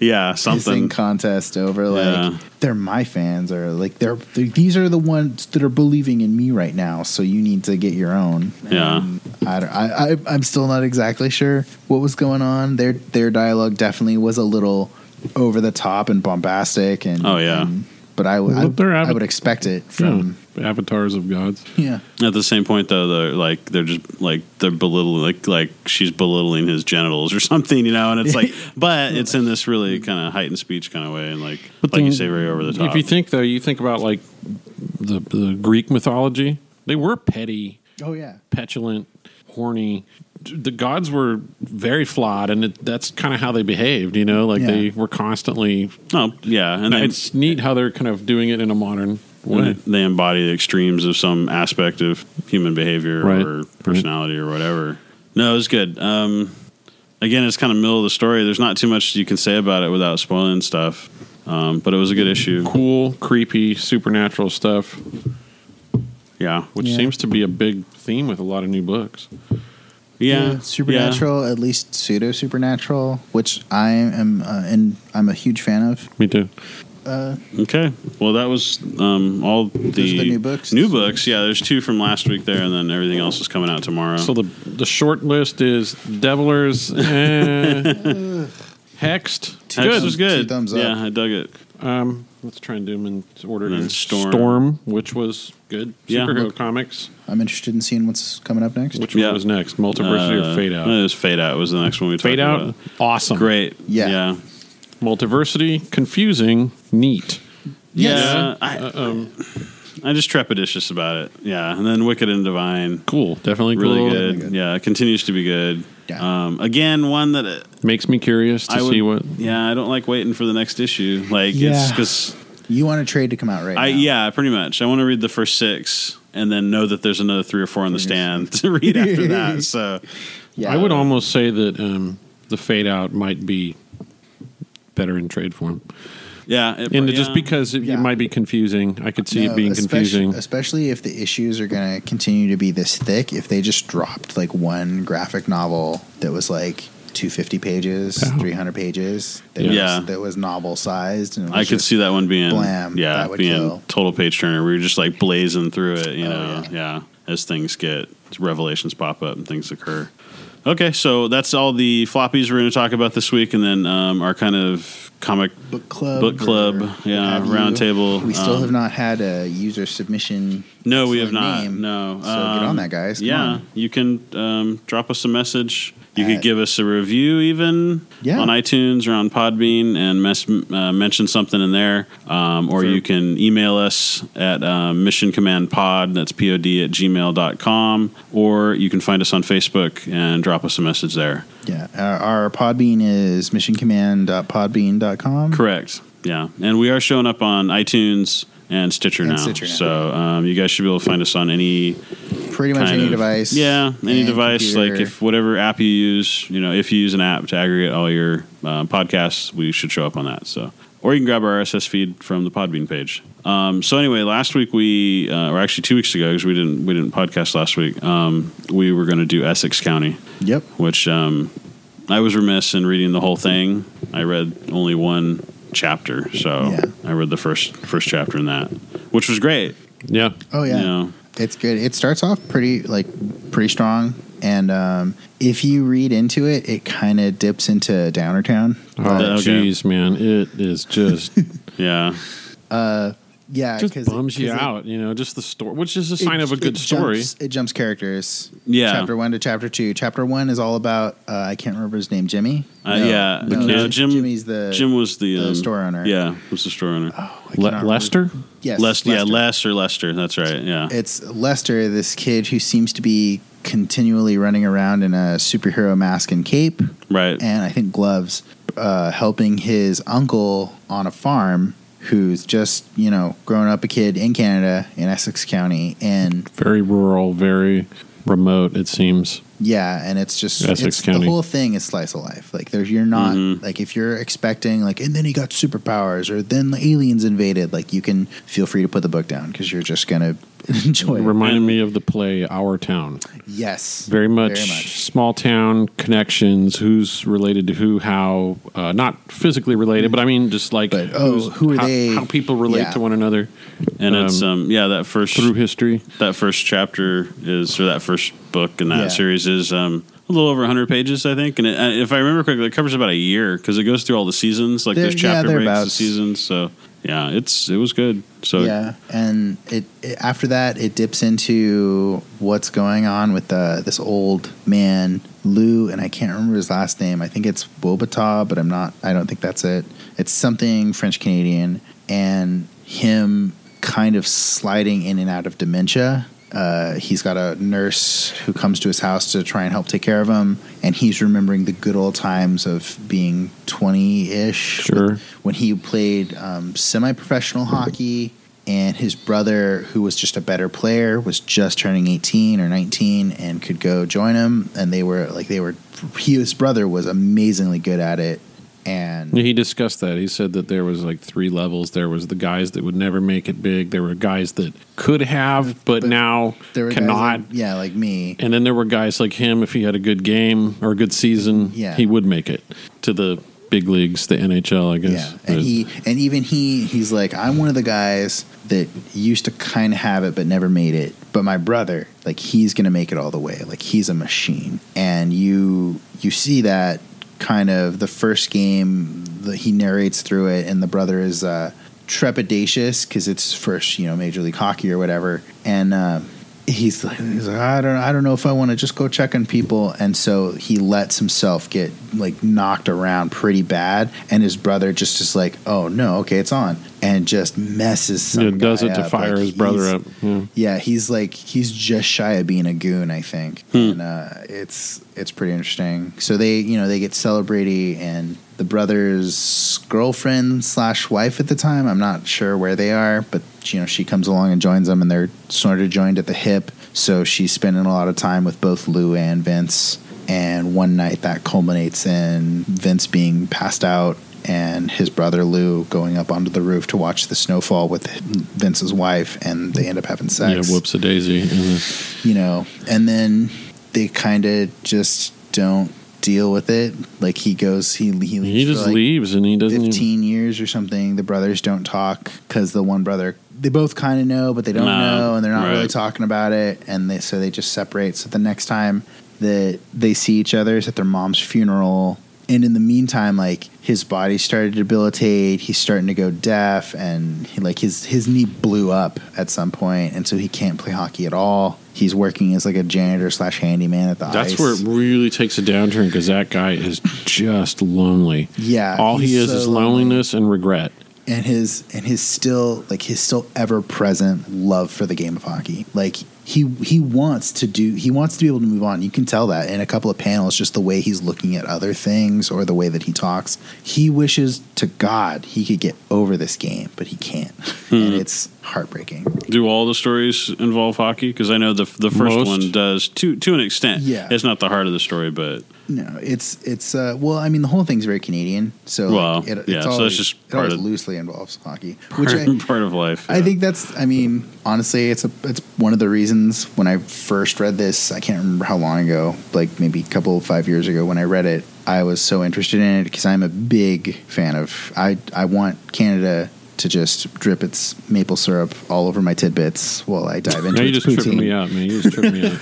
Speaker 3: yeah,
Speaker 4: pissing
Speaker 3: something.
Speaker 4: contest over like
Speaker 3: Yeah.
Speaker 4: they're my fans or like they're, they these are the ones that are believing in me right now so you need to get your own
Speaker 3: Yeah.
Speaker 4: And I, don't- I, I i'm still not exactly sure what was going on their their dialogue definitely was a little over the top and bombastic and
Speaker 3: Oh, yeah.
Speaker 4: and- but I, would- I,
Speaker 5: Well, they're
Speaker 4: I
Speaker 5: avid-
Speaker 4: would expect it
Speaker 5: Yeah,
Speaker 4: from
Speaker 5: avatars of gods.
Speaker 4: yeah
Speaker 3: At the same point, though, they're like they're just like they're belittling, like like she's belittling his genitals or something, you know. And it's like, but it's in this really kind of heightened speech kind of way, and like like you
Speaker 5: then
Speaker 3: say, very over the top.
Speaker 5: If you think though, you think about like the the Greek mythology. They were petty,
Speaker 4: oh yeah
Speaker 5: petulant, horny. The gods were very flawed, and it, that's kind of how they behaved. You know, like
Speaker 4: Yeah.
Speaker 5: they were constantly.
Speaker 3: oh yeah, and then
Speaker 5: it's neat how they're kind of doing it in a modern way.
Speaker 3: when they embody the extremes of some aspect of human behavior
Speaker 5: Right.
Speaker 3: or personality or whatever. No, it was good. Um, again, it's kind of middle of the story. There's not too much you can say about it without spoiling stuff, um, but it was a good issue.
Speaker 5: Cool, creepy, supernatural stuff,
Speaker 3: Yeah,
Speaker 5: which
Speaker 4: Yeah.
Speaker 5: seems to be a big theme with a lot of new books.
Speaker 3: yeah, yeah.
Speaker 4: supernatural at least pseudo supernatural which i am uh, and i'm a huge fan of
Speaker 5: Me too.
Speaker 3: Okay. Well, that was um, all the,
Speaker 4: the new books.
Speaker 3: New books. Yeah, there's two from last week there, and then everything else is coming out tomorrow.
Speaker 5: So the the short list is Devilers, eh, Hexed.
Speaker 3: Hex was good.
Speaker 4: Two thumbs up.
Speaker 3: Yeah, I dug it.
Speaker 5: Um, let's try and do them in order.
Speaker 3: And then Storm.
Speaker 5: Storm, which was good.
Speaker 3: Yeah.
Speaker 5: Superhero
Speaker 3: Look.
Speaker 5: comics.
Speaker 4: i'm interested in seeing what's coming up next
Speaker 5: Which
Speaker 3: Yeah.
Speaker 5: one was next? Multiversity
Speaker 3: Uh,
Speaker 5: or Fade Out?
Speaker 3: no, It was Fade Out was the next one we talked
Speaker 5: Fade Out,
Speaker 3: about.
Speaker 5: awesome.
Speaker 3: Great.
Speaker 4: Yeah.
Speaker 3: Yeah.
Speaker 5: Multiversity, confusing, neat.
Speaker 4: Yes.
Speaker 3: Yeah. I,
Speaker 5: Uh, um,
Speaker 3: I'm just trepidatious about it. Yeah. And then Wicked and Divine.
Speaker 5: Cool. Definitely
Speaker 3: Really
Speaker 5: cool.
Speaker 3: good.
Speaker 4: good.
Speaker 3: Yeah. It continues to be good.
Speaker 4: Yeah.
Speaker 3: Um, again, one that uh,
Speaker 5: Makes me curious to
Speaker 3: I would,
Speaker 5: see what.
Speaker 3: yeah, I don't like waiting for the next issue. Like, it's
Speaker 4: Yeah.
Speaker 3: because
Speaker 4: you want a trade to come out right
Speaker 3: I
Speaker 4: now.
Speaker 3: yeah, pretty much. I want to read the first six and then know that there's another three or four on the stand to read after that. So
Speaker 4: Yeah.
Speaker 5: I would almost say that um, the Fade Out might be better in trade form,
Speaker 3: yeah, it,
Speaker 5: and
Speaker 3: Oh, yeah.
Speaker 5: just because it,
Speaker 4: Yeah.
Speaker 5: it might be confusing, I could see
Speaker 4: No,
Speaker 5: it being
Speaker 4: especially-
Speaker 5: confusing.
Speaker 4: especially if the issues are going to continue to be this thick. If they just dropped like one graphic novel that was like 250 pages,
Speaker 5: Yeah.
Speaker 4: 300 pages. That
Speaker 3: Yeah.
Speaker 4: was, that was novel sized. And it was
Speaker 3: I could
Speaker 4: just-
Speaker 3: see that one being
Speaker 4: blam,
Speaker 3: yeah,
Speaker 4: that would
Speaker 3: being
Speaker 4: kill.
Speaker 3: total page turner. We were just like blazing through it, you
Speaker 4: Oh,
Speaker 3: know. Yeah. as things get revelations pop up and things occur. Okay, so that's all the floppies we're going to talk about this week, and then um, our kind of comic
Speaker 4: book club,
Speaker 3: book club,
Speaker 4: or what
Speaker 3: yeah,
Speaker 4: have you.
Speaker 3: round table.
Speaker 4: We still
Speaker 3: um,
Speaker 4: have not had a user submission.
Speaker 3: No, we have
Speaker 4: excellent
Speaker 3: not.
Speaker 4: name.
Speaker 3: No. um,
Speaker 4: so get on that, guys. Come
Speaker 3: yeah,
Speaker 4: on.
Speaker 3: you can um, drop us a message. You could
Speaker 4: At-
Speaker 3: give us a review, even
Speaker 4: Yeah.
Speaker 3: on iTunes or on Podbean, and mes- uh, mention something in there. Um, or
Speaker 5: Sure.
Speaker 3: you can email us at um, Mission Command Pod. That's pod at gmail.com. Or you can find us on Facebook and drop us a message there.
Speaker 4: yeah. Our, our Podbean is missioncommand.podbean.com.
Speaker 3: Correct. Yeah, and we are showing up on iTunes and Stitcher,
Speaker 4: And
Speaker 3: now.
Speaker 4: Stitcher now.
Speaker 3: So um, you guys should be able to find us on any
Speaker 4: Pretty much
Speaker 3: kind
Speaker 4: any
Speaker 3: of-
Speaker 4: device.
Speaker 3: Yeah, any
Speaker 4: and
Speaker 3: device.
Speaker 4: computer.
Speaker 3: Like if whatever app you use, you know, if you use an app to aggregate all your uh, podcasts, we should show up on that. So, or you can grab our RSS feed from the Podbean page. Um, so anyway, last week we, uh, or actually two weeks ago, because we didn't we didn't podcast last week. Um, we were going to do Essex County,
Speaker 4: Yep.
Speaker 3: which um, I was remiss in reading the whole thing. I read only one chapter, so
Speaker 4: Yeah.
Speaker 3: I read the first first chapter in that, which was great.
Speaker 5: Yeah.
Speaker 4: Oh
Speaker 3: Yeah.
Speaker 4: yeah. It's good. It starts off pretty like pretty strong, and um, if you read into it, it kind of dips into Downer Town.
Speaker 5: Oh,
Speaker 3: okay.
Speaker 5: jeez, man. It is just
Speaker 3: yeah.
Speaker 4: Yeah,
Speaker 5: just
Speaker 4: 'cause-
Speaker 5: bums you
Speaker 4: 'cause it-
Speaker 5: out, you know, just the story, which is a
Speaker 4: it-
Speaker 5: sign of a
Speaker 4: it
Speaker 5: good story.
Speaker 4: jumps- it jumps characters.
Speaker 3: Yeah.
Speaker 4: Chapter one to chapter two. Chapter one is all about uh, I can't remember his name. Jimmy.
Speaker 3: Uh,
Speaker 4: No,
Speaker 3: yeah,
Speaker 4: no,
Speaker 3: no, Jim.
Speaker 4: Jim- Jimmy's the
Speaker 3: Jim was the,
Speaker 4: the
Speaker 3: um,
Speaker 4: store owner.
Speaker 3: Yeah, was the store owner.
Speaker 4: Oh, I
Speaker 5: Le-
Speaker 4: cannot remember.
Speaker 5: Lester?
Speaker 4: Yes.
Speaker 3: Lester, yeah, Lester,
Speaker 4: Lester.
Speaker 3: Lester. That's right. Yeah,
Speaker 4: It's Lester, this kid who seems to be continually running around in a superhero mask and cape.
Speaker 3: right.
Speaker 4: and I think gloves, uh, helping his uncle on a farm who's just, you know, growing up a kid in Canada in Essex County. And
Speaker 5: Very rural, very remote, it seems.
Speaker 4: yeah, and it's just
Speaker 5: Essex
Speaker 4: it's,
Speaker 5: County.
Speaker 4: the whole thing is slice of life. Like there's you're not
Speaker 3: Mhm.
Speaker 4: like if you're expecting like and then he got superpowers or then the aliens invaded, like you can feel free to put the book down because you're just gonna enjoy
Speaker 5: It
Speaker 4: it.
Speaker 5: reminded me of the play Our Town.
Speaker 4: yes.
Speaker 5: Very much,
Speaker 4: Very much.
Speaker 5: small town connections, who's related to who, how, uh, not physically related, but I mean, just like
Speaker 4: But, oh,
Speaker 5: who's-
Speaker 4: who are
Speaker 5: how,
Speaker 4: they?
Speaker 5: how people relate
Speaker 4: Yeah.
Speaker 5: to one another
Speaker 3: and it's
Speaker 5: um,
Speaker 3: um, yeah, that first
Speaker 5: through history.
Speaker 3: that first chapter is or that first book in that
Speaker 4: Yeah.
Speaker 3: series is um a little over 100 pages, I think. And it, and if I remember correctly, it covers about a year because it goes through all the seasons. Like
Speaker 4: There-
Speaker 3: there's
Speaker 4: yeah,
Speaker 3: chapter breaks, the
Speaker 4: thereabouts.
Speaker 3: seasons. So yeah, it's it was good. So
Speaker 4: yeah, and it, it after that it dips into what's going on with the this old man Lou, and I can't remember his last name. I think it's Wobata, but I'm not. I don't think that's it. It's something French Canadian, and him kind of sliding in and out of dementia. Uh, he's got a nurse who comes to his house to try and help take care of him, and he's remembering the good old times of being twenty ish,
Speaker 5: Sure.
Speaker 4: when he played um, semi-professional hockey and his brother who was just a better player was just turning 18 or 19 and could go join him and they were like they were he, his brother was amazingly good at it and
Speaker 5: Yeah, he discussed that. He said that there was like three levels. There was the guys that would never make it big. There were guys that could have, but,
Speaker 4: But
Speaker 5: now
Speaker 4: there were guys
Speaker 5: cannot.
Speaker 4: like- yeah like me
Speaker 5: and then there were guys like him. If he had a good game or a good season,
Speaker 4: Yeah.
Speaker 5: he would make it to the big leagues, the NHL, I guess.
Speaker 4: Yeah, and
Speaker 5: But-
Speaker 4: he and even he he's like I'm one of the guys that used to kind of have it but never made it. But my brother, like he's gonna make it all the way. Like he's a machine, and you you see that kind of the first game that he narrates through it, and the brother is uh, trepidatious because it's his first you know major league hockey or whatever, and. Uh, He's like, he's like, I don't, I don't know if I want to just go check on people, and so he lets himself get like knocked around pretty bad, and his brother just is like, oh no, okay, it's on, and just messes. Some
Speaker 5: Yeah, does
Speaker 4: guy
Speaker 5: it to
Speaker 4: up.
Speaker 5: fire
Speaker 4: Like,
Speaker 5: his brother
Speaker 4: he's-
Speaker 5: up. Yeah.
Speaker 4: Yeah, he's like he's just shy of being a goon, I think, and uh, it's it's pretty interesting. So they, you know, they get celebrity and the brother's girlfriend slash wife at the time. I'm not sure where they are, but you know, she comes along and joins them, and they're sort of joined at the hip. So she's spending a lot of time with both Lou and Vince. And one night that culminates in Vince being passed out and his brother Lou going up onto the roof to watch the snowfall with Vince's wife, and they end up having
Speaker 5: Yeah,
Speaker 4: sex.
Speaker 5: whoops a daisy. And, uh,
Speaker 4: You know, and then they kind of just don't deal with it. Like he goes, he he, leaves
Speaker 5: He
Speaker 4: for,
Speaker 5: just
Speaker 4: like,
Speaker 5: leaves and he doesn't. Even,
Speaker 4: Fifteen years or something. The brothers don't talk because the one brother they both kind of know, but they don't
Speaker 3: Nah,
Speaker 4: know, and they're not really
Speaker 3: right.
Speaker 4: talking about it. And they so they just separate. So the next time that they see each other is at their mom's funeral. And in the meantime, like his body started to debilitate, he's starting to go deaf, and he, like his his knee blew up at some point, and so he can't play hockey at all. He's working as like a janitor slash handyman at the
Speaker 5: that's
Speaker 4: ice.
Speaker 5: where it really takes a downturn because that guy is just lonely.
Speaker 4: yeah,
Speaker 5: All he
Speaker 4: Uh, he's
Speaker 5: is
Speaker 4: so
Speaker 5: is
Speaker 4: lonely.
Speaker 5: loneliness and regret.
Speaker 4: and his and his still like his still ever present love for the game of hockey. Like he he wants to do he wants to be able to move on. You can tell that in a couple of panels, just the way he's looking at other things or the way that he talks. He wishes to God he could get over this game, but he can't,
Speaker 3: Hmm.
Speaker 4: and it's heartbreaking.
Speaker 3: Do all the stories involve hockey? Because I know the the first
Speaker 5: Most.
Speaker 3: one does to to an extent.
Speaker 4: Yeah.
Speaker 3: it's not the heart of the story, but
Speaker 4: No, it's it's uh, well, I mean, the whole thing's very Canadian, so
Speaker 3: Well,
Speaker 4: like, it's
Speaker 3: yeah, so that's
Speaker 4: always,
Speaker 3: just
Speaker 4: it always
Speaker 3: part of-
Speaker 4: loosely involves hockey,
Speaker 3: part,
Speaker 4: which I,
Speaker 3: part of life.
Speaker 4: I think that's. I mean, honestly, it's a. It's one of the reasons when I first read this. I can't remember how long ago, like maybe a couple five years ago, when I read it. I was so interested in it because I'm a big fan of. I I want Canada to just drip its maple syrup all over my tidbits while I dive into
Speaker 5: Now you
Speaker 4: its
Speaker 5: just tripping
Speaker 4: poutine.
Speaker 5: me out, man. You just tripping me out.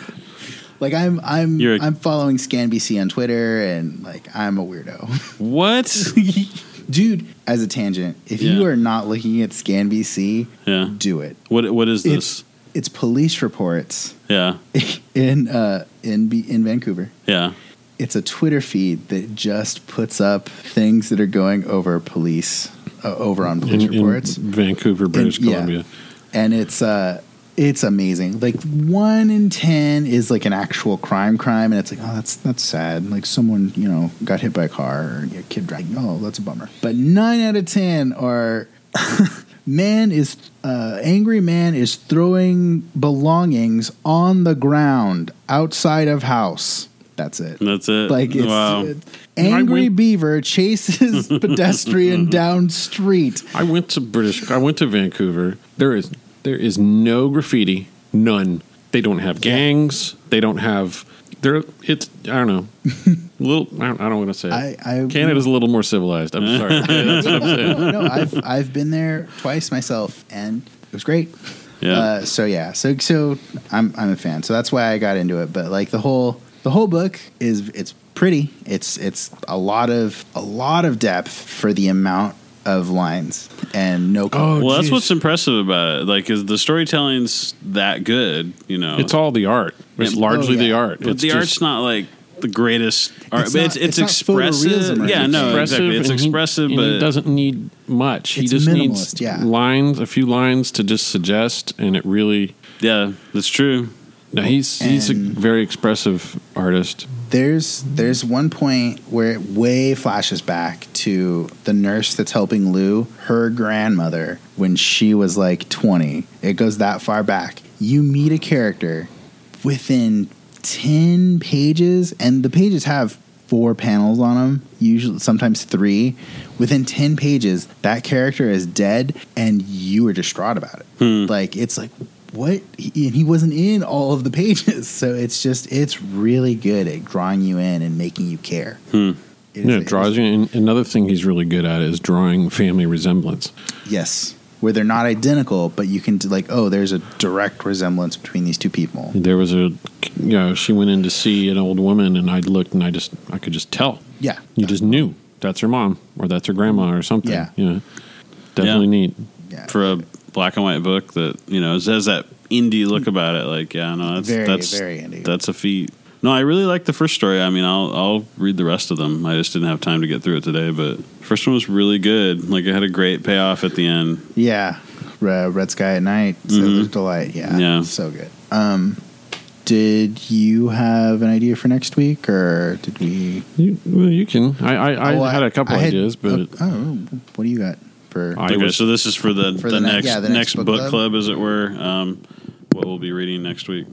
Speaker 4: Like I'm I'm
Speaker 3: You're a-
Speaker 4: I'm following ScanBC on Twitter and like I'm a weirdo.
Speaker 3: what?
Speaker 4: Dude, as a tangent, if you
Speaker 3: Yeah.
Speaker 4: are not looking at ScanBC,
Speaker 3: yeah.
Speaker 4: do it.
Speaker 3: What what is
Speaker 4: It's-
Speaker 3: this?
Speaker 4: It's police reports
Speaker 3: yeah.
Speaker 4: in uh, in B- in Vancouver.
Speaker 3: Yeah.
Speaker 4: It's a Twitter feed that just puts up things that are going over police uh, over on police
Speaker 5: in, in
Speaker 4: reports,
Speaker 5: Vancouver, British
Speaker 4: yeah.
Speaker 5: Columbia.
Speaker 4: and it's uh it's amazing. Like one in ten is like an actual crime crime, and it's like oh that's that's sad. Like someone you know got hit by a car or your kid dragged. Oh that's a bummer. But nine out of ten are. Man is uh, angry. Man is throwing belongings on the ground outside of house. That's it.
Speaker 3: That's it.
Speaker 4: Like it's
Speaker 3: wow.
Speaker 4: it's- angry
Speaker 5: I went-
Speaker 4: beaver chases pedestrian down street.
Speaker 5: I went to British. I went to Vancouver. There is there is no graffiti. None. They don't have gangs. They don't have. There. It's. I don't know. little. I don't, I don't want to say.
Speaker 4: I,
Speaker 5: It.
Speaker 4: I
Speaker 5: Canada's a little more civilized. I'm sorry. Yeah, that's what I'm saying.
Speaker 4: no, I've I've been there twice myself, and it was great.
Speaker 3: yeah.
Speaker 4: Uh, so yeah, so so I'm I'm a fan. So that's why I got into it. But like the whole the whole book is it's pretty. It's it's a lot of a lot of depth for the amount of lines and no. color.
Speaker 5: Oh,
Speaker 3: well,
Speaker 5: geez.
Speaker 3: that's what's impressive about it. Like, is the storytelling's that good? You know,
Speaker 5: It's all the art. It's
Speaker 3: Oh. Yeah.
Speaker 5: largely
Speaker 4: Oh, yeah.
Speaker 5: the art.
Speaker 3: But
Speaker 5: it's
Speaker 3: the
Speaker 5: just
Speaker 3: art's not like the greatest art.
Speaker 4: It's
Speaker 3: but
Speaker 4: not-
Speaker 3: it's, it's,
Speaker 4: it's not photorealism
Speaker 3: expressive.
Speaker 4: or
Speaker 3: Yeah, no,
Speaker 5: expressive
Speaker 3: exactly. It's
Speaker 5: and he-
Speaker 3: expressive,
Speaker 5: and
Speaker 3: but
Speaker 5: he doesn't need much. He
Speaker 4: It's
Speaker 5: just
Speaker 4: minimalist,
Speaker 5: needs
Speaker 4: yeah.
Speaker 5: lines, a few lines to just suggest, and it really.
Speaker 3: yeah, that's true.
Speaker 5: No, he's he's a
Speaker 4: And-
Speaker 5: very expressive artist.
Speaker 4: There's there's one point where it way flashes back to the nurse that's helping Lou, her grandmother when she was like 20. It goes that far back. You meet a character within 10 pages and the pages have four panels on them, usually sometimes 3. Within 10 pages, that character is dead and you are distraught about it. Like it's like what he, and he wasn't in all of the pages so it's just it's really good at drawing you in and making you care It is-
Speaker 5: Yeah, it draws you. And another thing he's really good at is drawing family resemblance.
Speaker 4: yes where they're not identical but you can do like oh there's a direct resemblance between these two people
Speaker 5: There was a, you know, she went in to see an old woman, and I looked, and I just, I could just tell.
Speaker 4: yeah
Speaker 5: You just knew that's her mom, or that's her grandma, or something.
Speaker 4: Yeah.
Speaker 5: you know, definitely
Speaker 3: Yeah.
Speaker 5: neat.
Speaker 4: yeah
Speaker 3: For a black and white book that you know has that indie look about it. Like, yeah, no, that's
Speaker 4: Mm. Very,
Speaker 3: that's
Speaker 4: very indie.
Speaker 3: That's a feat. No, I really like the first story. I mean, I'll I'll read the rest of them. I just didn't have time to get through it today, but first one was really good. Like, it had a great payoff at the end.
Speaker 4: yeah Re- red sky at night Silver's delight yeah
Speaker 3: Mm-hmm. Yeah.
Speaker 4: so good um did you have an idea for next week or did we
Speaker 5: You, well, you can. I, I,
Speaker 4: Oh,
Speaker 5: I had a couple
Speaker 4: I had-
Speaker 5: ideas, but
Speaker 4: oh, oh, what do you got for
Speaker 5: I
Speaker 3: okay,
Speaker 5: was-
Speaker 3: so this is for the,
Speaker 4: For
Speaker 3: the,
Speaker 4: the ne-
Speaker 3: next,
Speaker 4: yeah, the
Speaker 3: next, book, club.
Speaker 4: club,
Speaker 3: as it were. Um, what we'll be reading next week.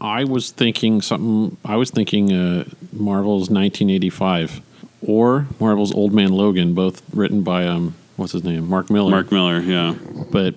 Speaker 5: I was thinking something. I was thinking uh, Marvel's 1985 or Marvel's Old Man Logan, both written by um, what's his name, Mark Miller.
Speaker 3: Mark Miller, yeah.
Speaker 5: but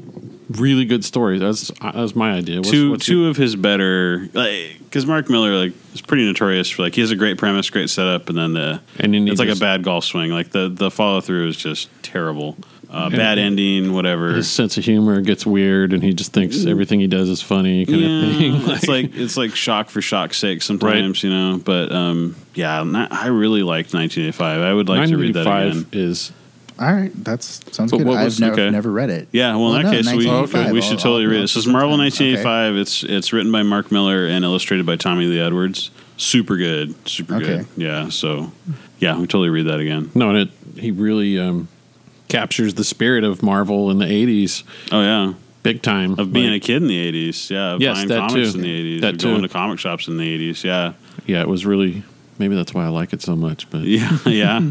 Speaker 5: really good stories. That's uh, that's my idea. What's,
Speaker 3: two
Speaker 5: what's
Speaker 3: two
Speaker 5: your-
Speaker 3: of his better like because Mark Miller like is pretty notorious for like he has a great premise, great setup, and then the
Speaker 5: And then he
Speaker 3: it's like a
Speaker 5: just-
Speaker 3: bad golf swing. Like the the follow through is just terrible. Uh,
Speaker 5: And-
Speaker 3: bad ending, whatever.
Speaker 5: his sense of humor gets weird, and he just thinks everything he does is funny, kind of
Speaker 3: Mm. yeah,
Speaker 5: thing.
Speaker 3: it's like it's like shock for shock's sake sometimes, you know. But um, yeah, I'm not- I really liked 1985. I would like to read that
Speaker 5: 985
Speaker 3: again.
Speaker 5: is
Speaker 4: All right, that's sounds
Speaker 5: So
Speaker 4: good.
Speaker 5: what
Speaker 4: I've
Speaker 5: was-
Speaker 4: never,
Speaker 3: okay.
Speaker 4: never read it.
Speaker 3: Yeah, well, in that
Speaker 4: Well, no,
Speaker 3: case, we,
Speaker 4: 1985.
Speaker 3: we should
Speaker 4: I'll-
Speaker 3: totally
Speaker 4: I'll
Speaker 3: read it.
Speaker 4: note
Speaker 3: It says
Speaker 4: it
Speaker 3: Marvel
Speaker 4: sometime.
Speaker 3: 1985. It's it's written by Mark Miller and illustrated by Tommy Lee Edwards. Super good, super good.
Speaker 4: Okay.
Speaker 3: Yeah, so yeah, we totally read that again.
Speaker 5: no, and it he really um, captures the spirit of Marvel in the '80s,
Speaker 3: Oh yeah,
Speaker 5: big time
Speaker 3: of being
Speaker 5: Like,
Speaker 3: a kid in the 80s. Yeah, of
Speaker 5: Yes,
Speaker 3: buying
Speaker 5: that
Speaker 3: comics
Speaker 5: too.
Speaker 3: in the 80s.
Speaker 5: That
Speaker 3: of going
Speaker 5: too.
Speaker 3: to comic shops in the 80s. Yeah,
Speaker 5: yeah, it was really. Maybe that's why I like it so much, but
Speaker 3: yeah, yeah.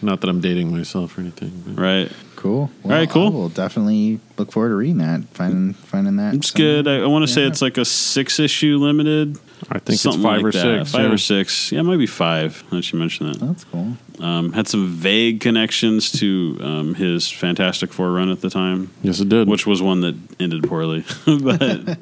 Speaker 5: not that I'm dating myself or anything. but-
Speaker 3: right.
Speaker 4: Cool. Well,
Speaker 3: right, cool.
Speaker 4: I will definitely look forward to reading that. Finding finding that.
Speaker 3: It's good. I, I want to say
Speaker 4: Yeah.
Speaker 3: it's like a six issue limited.
Speaker 5: I think
Speaker 3: something
Speaker 5: it's five
Speaker 3: like
Speaker 5: or
Speaker 3: that.
Speaker 5: six.
Speaker 3: Five
Speaker 5: yeah.
Speaker 3: or six. Yeah, maybe five. Now that you mention that.
Speaker 4: That's cool.
Speaker 3: Um, had some vague connections to um, his Fantastic Four run at the time,
Speaker 5: Yes, it did.
Speaker 3: which was one that ended poorly. but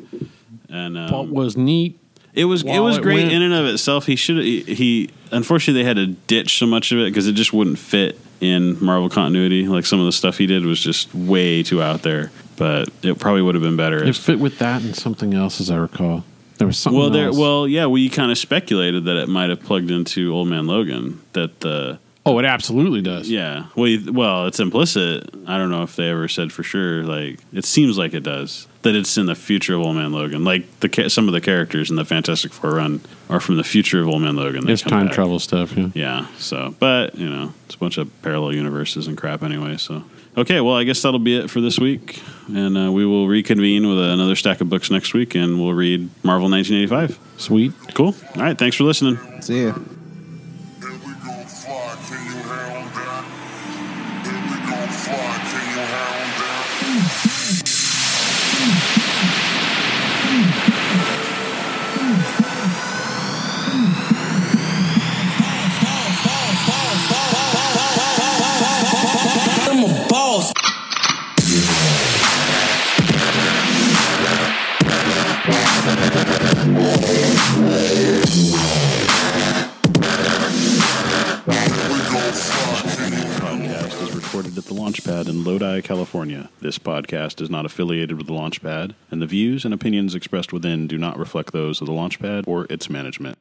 Speaker 3: and um,
Speaker 5: What was neat.
Speaker 3: it was it
Speaker 5: While
Speaker 3: was
Speaker 5: it
Speaker 3: great
Speaker 5: went-
Speaker 3: in and of itself. He should he, he unfortunately they had to ditch so much of it because it just wouldn't fit in Marvel continuity. Like some of the stuff he did was just way too out there. But it probably would have been better.
Speaker 5: It
Speaker 3: if
Speaker 5: fit with that and something else, as I recall. There was something.
Speaker 3: well, there.
Speaker 5: else.
Speaker 3: Well, yeah, we kind of speculated that it might have plugged into Old Man Logan. That the
Speaker 5: Oh, it absolutely does.
Speaker 3: Yeah. Well, you- well, it's implicit. I don't know if they ever said for sure. Like, it seems like it does that it's in the future of Old Man Logan. Like the ca- some of the characters in the Fantastic Four run are from the future of Old Man Logan. They
Speaker 5: It's
Speaker 3: come
Speaker 5: time
Speaker 3: back.
Speaker 5: travel stuff. Yeah.
Speaker 3: Yeah. So, but you know, it's a bunch of parallel universes and crap anyway. So, okay. Well, I guess that'll be it for this week, and uh, we will reconvene with another stack of books next week, and we'll read Marvel 1985.
Speaker 5: Sweet.
Speaker 3: Cool. All right. Thanks for listening.
Speaker 4: See ya.
Speaker 2: Here we go fly, can you handle that? Here we go fly, can you handle that?
Speaker 6: I'm a boss.
Speaker 3: podcast is recorded at the Launchpad in Lodi, California. This podcast is not affiliated with the Launchpad, and the views and opinions expressed within do not reflect those of the Launchpad or its management.